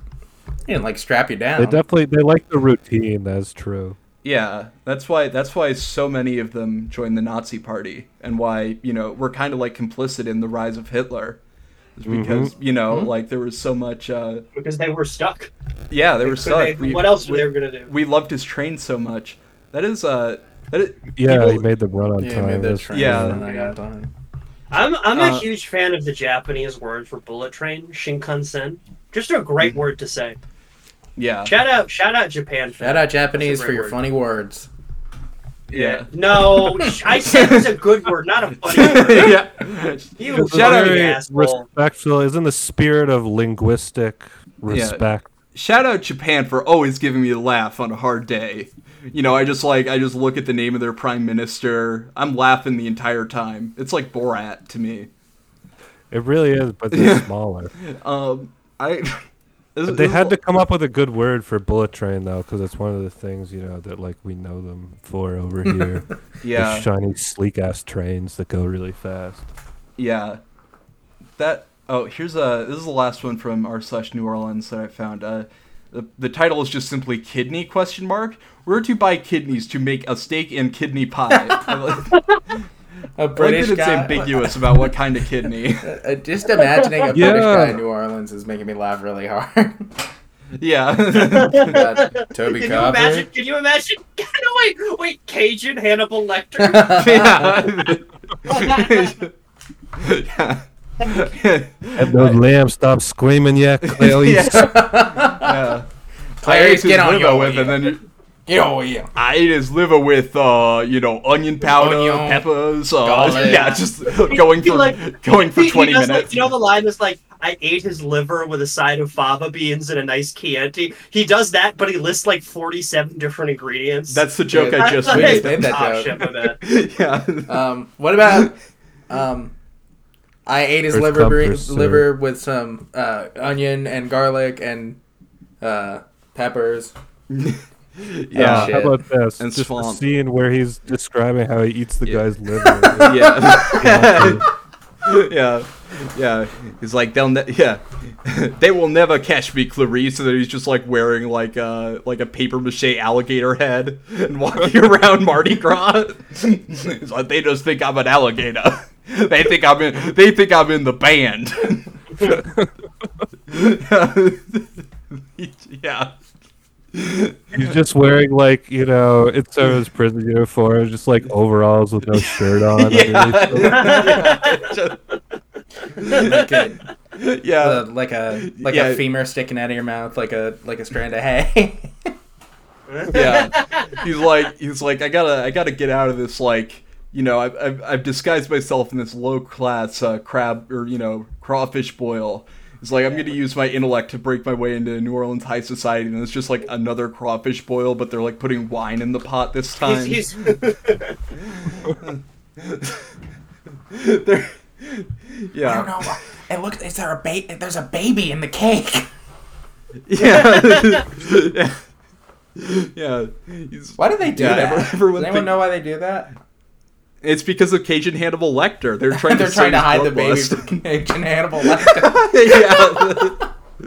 S4: didn't like strap you
S3: They
S4: down.
S3: definitely they like the routine. That's true.
S1: Yeah, that's why that's why so many of them joined the Nazi party and why, you know, we're kind of like complicit in the rise of Hitler. Is because, you know, like there was so much uh
S2: because they were stuck.
S1: yeah, they were
S2: So
S1: stuck.
S2: they-
S1: we,
S2: what else were
S1: we,
S2: they gonna do?
S1: we loved his train so much. That is uh that is,
S3: Yeah,
S1: people-
S3: he made them run on
S4: Yeah,
S3: time.
S4: maybe
S3: That's-
S4: that's right.
S1: Yeah.
S4: And I got done.
S2: I'm I'm a
S1: Uh,
S2: huge fan of the Japanese word for bullet train, Shinkansen. Just a great
S1: Mm.
S2: word to say.
S1: yeah.
S2: Shout out, shout out Japan. for
S4: Shout
S2: that.
S4: out Japanese
S2: That's a
S4: for
S2: great
S4: your
S2: word.
S4: funny words.
S1: Yeah.
S2: No, sh- I said it's a good word, not a funny word.
S1: yeah.
S2: You
S3: It's a
S1: Shout out,
S2: fucking
S1: you
S3: very
S2: asshole.
S3: respectful. Is in the spirit of linguistic respect.
S1: Shout out Japan for always giving me a laugh on a hard day. You know, I just like I just look at the name of their prime minister. I'm laughing the entire time. It's like Borat to me.
S3: It really is, but they're smaller.
S1: Um, I. This,
S3: But they had to come up with a good word for bullet train though, because it's one of the things you know that like we know them for over here.
S1: Yeah,
S3: Those shiny, sleek ass trains that go really fast.
S1: yeah. That. Oh, here's a. This is the last one from r slash New Orleans that I found. Uh, the, the title is just simply kidney question mark. Where to buy kidneys to make a steak and kidney pie? I like, I
S4: A
S1: like
S4: British
S1: that it's
S4: guy.
S1: ambiguous about what kind of kidney.
S4: Uh, just imagining a British
S3: Yeah.
S4: guy in New Orleans is making me laugh really hard.
S1: yeah.
S4: Got Toby
S2: Can you
S4: Copper.
S2: imagine? Can you imagine? no, wait, wait, Cajun Hannibal Lecter.
S1: yeah. yeah.
S3: And
S4: uh,
S3: those lambs stop screaming yet, Clarice.
S1: yeah.
S4: Clarice, get on
S1: Live
S4: your
S1: with,
S4: way.
S1: and then you-
S4: Oh yeah.
S1: I just live it with uh, you know, onion powder,
S4: Onion.
S1: peppers, uh,
S4: Garlic.
S1: yeah, just going
S2: He,
S1: for
S2: like-
S1: going for
S2: He- he
S1: twenty
S2: does, like,
S1: minutes.
S2: you know the line is like, I ate his liver with a side of fava beans and a nice Chianti. He does that, but he lists like forty-seven different ingredients.
S1: That's the joke I
S4: Yeah,
S1: just
S4: we
S1: made.
S4: just made that
S2: Ah,
S4: joke.
S2: shit, my bad.
S1: yeah.
S4: Um, what about um, I ate his
S3: First
S4: liver
S3: come,
S4: bre-
S3: first serve.
S4: liver with some uh, onion and garlic and uh, peppers.
S1: yeah.
S4: shit.
S3: How about this?
S1: And
S3: Just the
S1: swamp.
S3: scene where he's describing how he eats the
S1: Yeah.
S3: guy's liver.
S1: yeah. yeah. Yeah. He's like they'll ne- yeah. they will never catch me, Clarice, and then he's just like wearing like a like a paper mache alligator head and walking around Mardi Gras. He's like, they just think I'm an alligator. They think I'm in they think I'm in the band. yeah.
S3: He's just wearing like you know, it's sort of his prison uniform, just like overalls with no shirt on. underneath.
S1: Yeah.
S4: Like a,
S1: yeah.
S4: uh, like a like
S1: Yeah.
S4: a femur sticking out of your mouth, like a like a strand of hay.
S1: yeah he's like he's like i gotta i gotta get out of this like you know i've, I've, I've disguised myself in this low class uh, crab or you know crawfish boil it's like i'm gonna use my intellect to break my way into new orleans high society and it's just like another crawfish boil but they're like putting wine in the pot this time
S2: He's, he's
S1: They're- yeah
S4: know. And look, is there a ba- There's a baby in the cake.
S1: yeah yeah yeah He's-
S4: Why do they do
S1: Yeah,
S4: that?
S1: everyone- everyone
S4: Does anyone
S1: think-
S4: know why they do that?
S1: it's because of cajun hannibal lecter they're trying
S4: They're
S1: to,
S4: trying to
S1: save
S4: hide the
S1: blood
S4: baby
S1: lust.
S4: from Cajun Hannibal Lecter.
S1: yeah.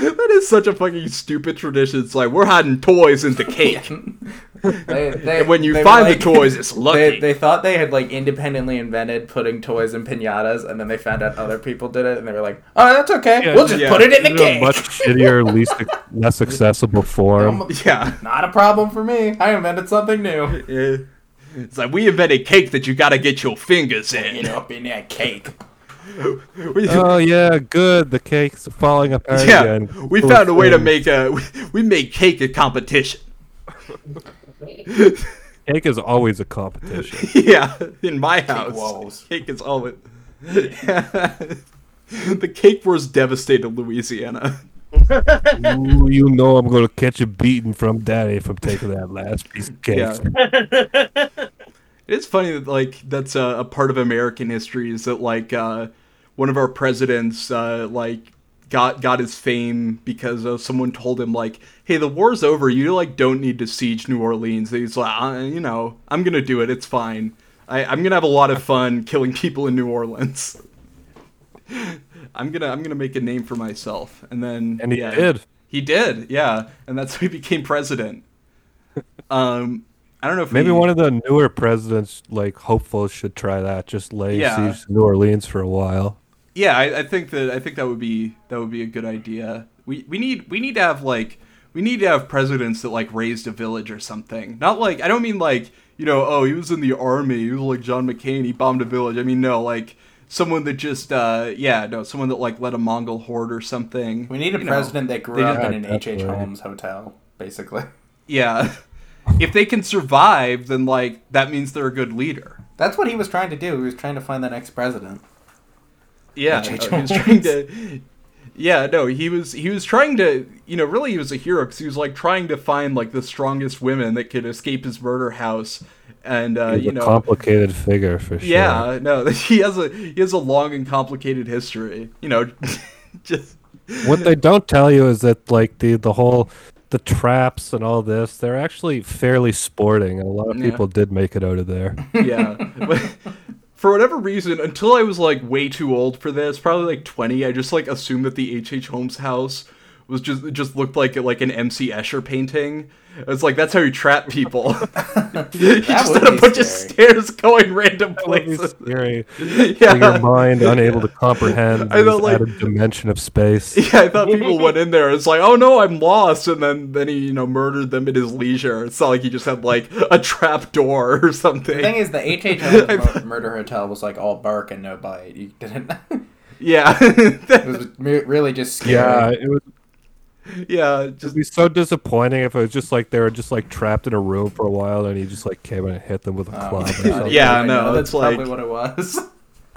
S1: that is such a fucking stupid tradition. It's like we're hiding toys in the cake.
S4: They- they-
S1: And when you
S4: they were
S1: find
S4: like-
S1: the toys, it's lucky.
S4: They, they thought they had like independently invented putting toys in pinatas, and then they found out other people did it, and they were like, "Oh, that's okay.
S3: Yeah,
S4: we'll just
S1: yeah.
S4: put it in
S3: In
S4: the
S3: a
S4: cake.
S3: much shittier, least less accessible form.
S1: yeah.
S4: Not a problem for me. I invented something new.
S1: Eh. It's like we invented cake that you gotta get your fingers
S4: You
S1: in.
S4: know, up in that cake.
S1: We-
S3: Oh yeah, good. The cake's falling apart
S1: yeah,
S3: again.
S1: we
S3: Cool
S1: found a way to
S3: thing.
S1: make a we, we made cake a competition.
S3: cake is always a competition.
S1: Yeah, in my house,
S4: walls.
S1: cake is all it. the cake wars devastated Louisiana.
S3: Ooh, you know I'm gonna catch a beating from daddy from taking that last piece of cake.
S1: Yeah. It is funny that like that's a, a part of American history is that like uh, one of our presidents uh, like got got his fame because of someone told him like, hey, the war's over, you like don't need to siege New Orleans. And he's like, I, you know, I'm gonna do it. It's fine. I, I'm gonna have a lot of fun killing people in New Orleans. I'm gonna I'm gonna make a name for myself, and then
S3: And he
S1: yeah,
S3: did.
S1: He did, yeah, and that's how he became president. Um, I don't know if
S3: Maybe
S1: we-
S3: one of the newer presidents, like hopefuls, should try that. Just lay
S1: Yeah.
S3: siege to New Orleans for a while.
S1: Yeah, I, I think that I think that would be that would be a good idea. We we need we need to have like we need to have presidents that like raised a village or something. Not like I don't mean like you know oh he was in the army he was like John McCain he bombed a village. I mean no like someone that just uh yeah no someone that like led a Mongol horde or something.
S4: We need a
S1: You know,
S4: president that grew up in an
S3: Yeah,
S4: H.H. H.
S3: definitely.
S4: Holmes hotel, basically.
S1: yeah, if they can survive then like that means they're a good leader.
S4: That's what he was trying to do. He was trying to find the next president.
S1: Yeah,
S4: J.J.
S1: uh, he was
S4: Jones.
S1: trying to. Yeah, no, he was he was trying to, you know, really he was a hero because he was like trying to find like the strongest women that could escape his murder house, and uh,
S3: He's
S1: you
S3: a
S1: know,
S3: complicated figure for sure.
S1: yeah, no, he has a he has a long and complicated history, you know, just
S3: What they don't tell you is that like the the whole the traps and all this, they're actually fairly sporting, and a lot of
S1: Yeah.
S3: people did make it out of there.
S1: yeah. But for whatever reason, until I was like way too old for this, probably like twenty, I just like assumed that the H.H. H. Holmes house was just it just looked like like an M.C. Escher painting. It's like that's how you trap people. you just
S4: would
S1: had a
S4: be
S1: bunch of
S4: scary.
S1: stairs going random places.
S3: Scary. Your
S1: Yeah.
S3: mind unable to comprehend
S1: I
S3: this
S1: know, like-
S3: added dimension of space.
S1: Yeah, I thought people went in there. It's like, oh no, I'm lost, and then then he you know murdered them at his leisure. It's not like he just had like a trap door or something.
S4: The thing is, the H.H. Holmes mur- murder hotel was like all bark and no bite. You didn't. it
S1: yeah,
S4: was me- really just scary.
S3: Yeah, it was.
S1: yeah, just
S3: It'd be so disappointing if it was just like they were just like trapped in a room for a while and he just like came and hit them with a
S4: Oh,
S3: club. Or
S4: God.
S3: something.
S1: Yeah,
S4: I
S1: no,
S4: know, that's
S1: it's like-
S4: probably what it was.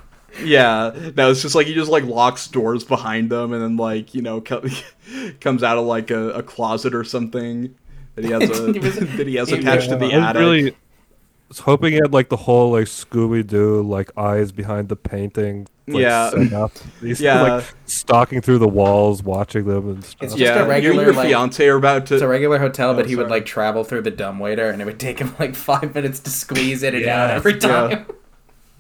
S1: yeah. No, it's just like he just like locks doors behind them and then like you know co- comes out of like a, a closet or something that he has a
S4: He was-
S1: that he has
S4: he
S1: attached to
S3: Yeah,
S1: the
S3: I
S1: attic.
S3: really was hoping he had like the whole like Scooby Doo like eyes behind the painting. Like,
S1: Yeah.
S3: set up. He's
S1: Yeah.
S3: like stalking through the walls, watching them and stuff.
S4: It's just
S1: yeah,
S4: a regular,
S1: you and your
S4: like-
S1: fiance are about to.
S4: It's a regular hotel, but he would
S1: Oh, sorry.
S4: like travel through the dumbwaiter, and it would take him like five minutes to squeeze in and out
S3: Yeah.
S4: every time.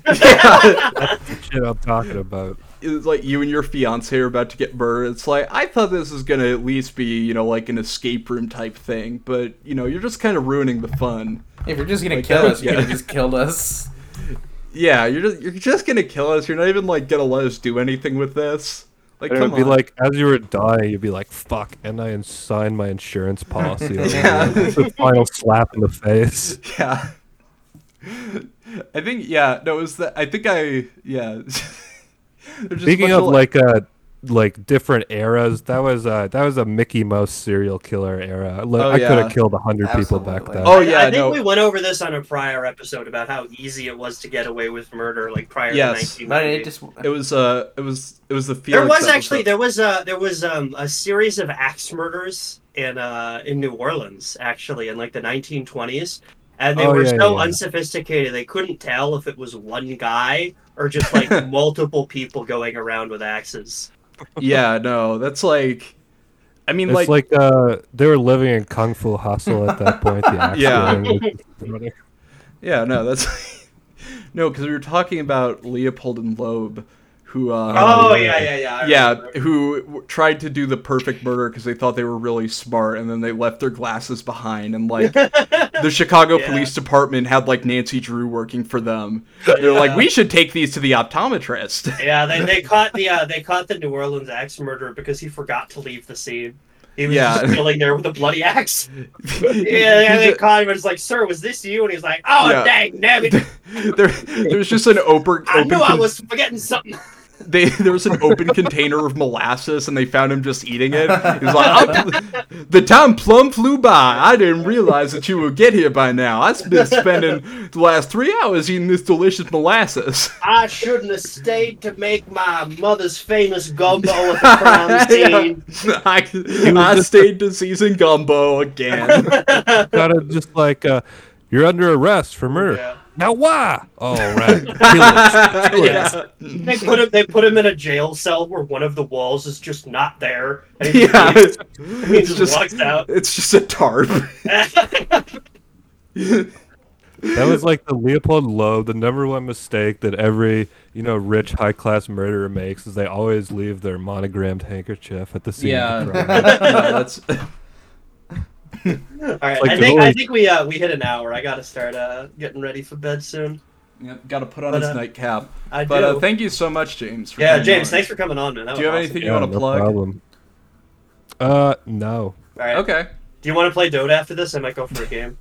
S1: Yeah.
S3: the shit I'm talking about.
S1: it's like you and your fiance are about to get murdered. It's like I thought this was gonna at least be you know like an escape room type thing, but you know you're just kind of ruining the fun.
S4: If you're just gonna
S1: Like,
S4: kill
S1: that-
S4: us, you could have
S1: yeah.
S4: just killed us.
S1: Yeah, you're just you're just gonna kill us. You're not even like gonna let us do anything with this. Like
S3: And it
S1: come
S3: would be
S1: on.
S3: like as you were dying, you'd be like, "Fuck!" And I signed my insurance policy. over
S1: Yeah.
S3: it." the final slap in the face.
S1: yeah. I think yeah no it was that I think I yeah. There's just
S3: Speaking
S1: a bunch
S3: of like uh like different eras, that was uh that was a Mickey Mouse serial killer era. Like,
S1: Oh,
S3: I could
S1: yeah.
S3: have killed a hundred people back
S4: Absolutely.
S3: then.
S1: Oh,
S2: I-
S1: yeah,
S2: I, think
S1: no.
S2: we went over this on a prior episode about how easy it was to get away with murder, like prior
S1: Yes.
S2: to
S4: But
S2: 1990.
S4: it just
S1: it was uh it was it was the Felix
S2: there was
S1: episode.
S2: actually there was a there was um, a series of axe murders in uh in New Orleans actually in like the 1920s, and they
S3: Oh,
S2: were
S3: yeah,
S2: so
S3: yeah.
S2: unsophisticated they couldn't tell if it was one guy or just like multiple people going around with axes.
S1: yeah no that's like I mean like,
S3: It's like, uh, they were living in Kung Fu Hustle at that point. The axe
S1: Yeah.
S3: throwing was just-
S1: yeah no that's no because we were talking about Leopold and Loeb who uh,
S2: Oh,
S3: Oh,
S2: yeah,
S3: yeah.
S2: yeah, yeah. I
S1: yeah,
S2: remember.
S1: who w- tried to do the perfect murder because they thought they were really smart, and then they left their glasses behind, and like the Chicago
S2: Yeah.
S1: Police Department had like Nancy Drew working for them. They're like,
S2: Yeah.
S1: we should take these to the optometrist.
S2: Yeah, they, they caught the uh, they caught the New Orleans axe murderer because he forgot to leave the scene. He was
S1: Yeah.
S2: just chilling there with a bloody axe. Yeah,
S1: He's
S2: and they
S1: a-
S2: caught him and was like, "Sir, was this you?" And he's like, "Oh,
S1: Yeah.
S2: dang, damn it!
S1: there, there's just an open.
S2: I
S1: open
S2: knew I
S1: con-
S2: was forgetting something."
S1: They, there was an open container of molasses, and they found him just eating it. He was like, "Oh, "The time plumb flew by. I didn't realize that you would get here by now. I've been spending the last three hours eating this delicious molasses."
S2: I shouldn't have stayed to make my mother's famous gumbo at the crime scene.
S1: I, I stayed to season gumbo again.
S3: Gotta just like, uh, you're under arrest for murder.
S2: Yeah.
S3: Now why? Oh right, Felix.
S1: yeah.
S2: They put him. They put him in a jail cell where one of the walls is just not there, and he
S1: yeah.
S2: just, he
S1: It's
S2: just
S1: just,
S2: walks out.
S1: it's just a tarp.
S3: that was like the Leopold Loeb. The number one mistake that every you know rich high class murderer makes is they always leave their monogrammed handkerchief at the scene. Of the crime.
S1: that's
S2: All right,
S3: like
S2: I
S3: the
S2: think I
S3: noise.
S2: think we uh, we hit an hour. I gotta start uh, getting ready for bed soon.
S1: got to put on
S2: But,
S1: his
S2: uh,
S1: nightcap.
S2: I
S1: But
S2: do.
S1: uh, thank you so much, James. For
S2: yeah,
S1: coming
S2: James,
S1: on.
S2: thanks for coming on, man. That
S1: Do you
S2: was
S1: have
S2: awesome.
S1: anything you want to plug?
S3: Problem. Uh, no.
S2: All right.
S1: Okay.
S2: Do you want to play Dota after this? I might go for a game.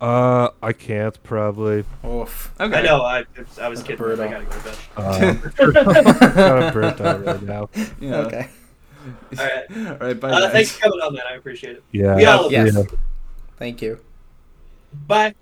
S3: Uh, I can't probably.
S4: oof.
S1: Okay.
S2: I know. I I was kidding.
S4: brutal.
S2: I gotta go to bed.
S3: Uh, I'm burnt out right now.
S1: Yeah.
S4: Okay.
S2: All right.
S1: All right. Bye.
S2: Uh,
S1: guys.
S2: thanks for coming on, man. I appreciate it.
S3: Yeah.
S2: We all-
S4: Yes. Thank you.
S2: Bye.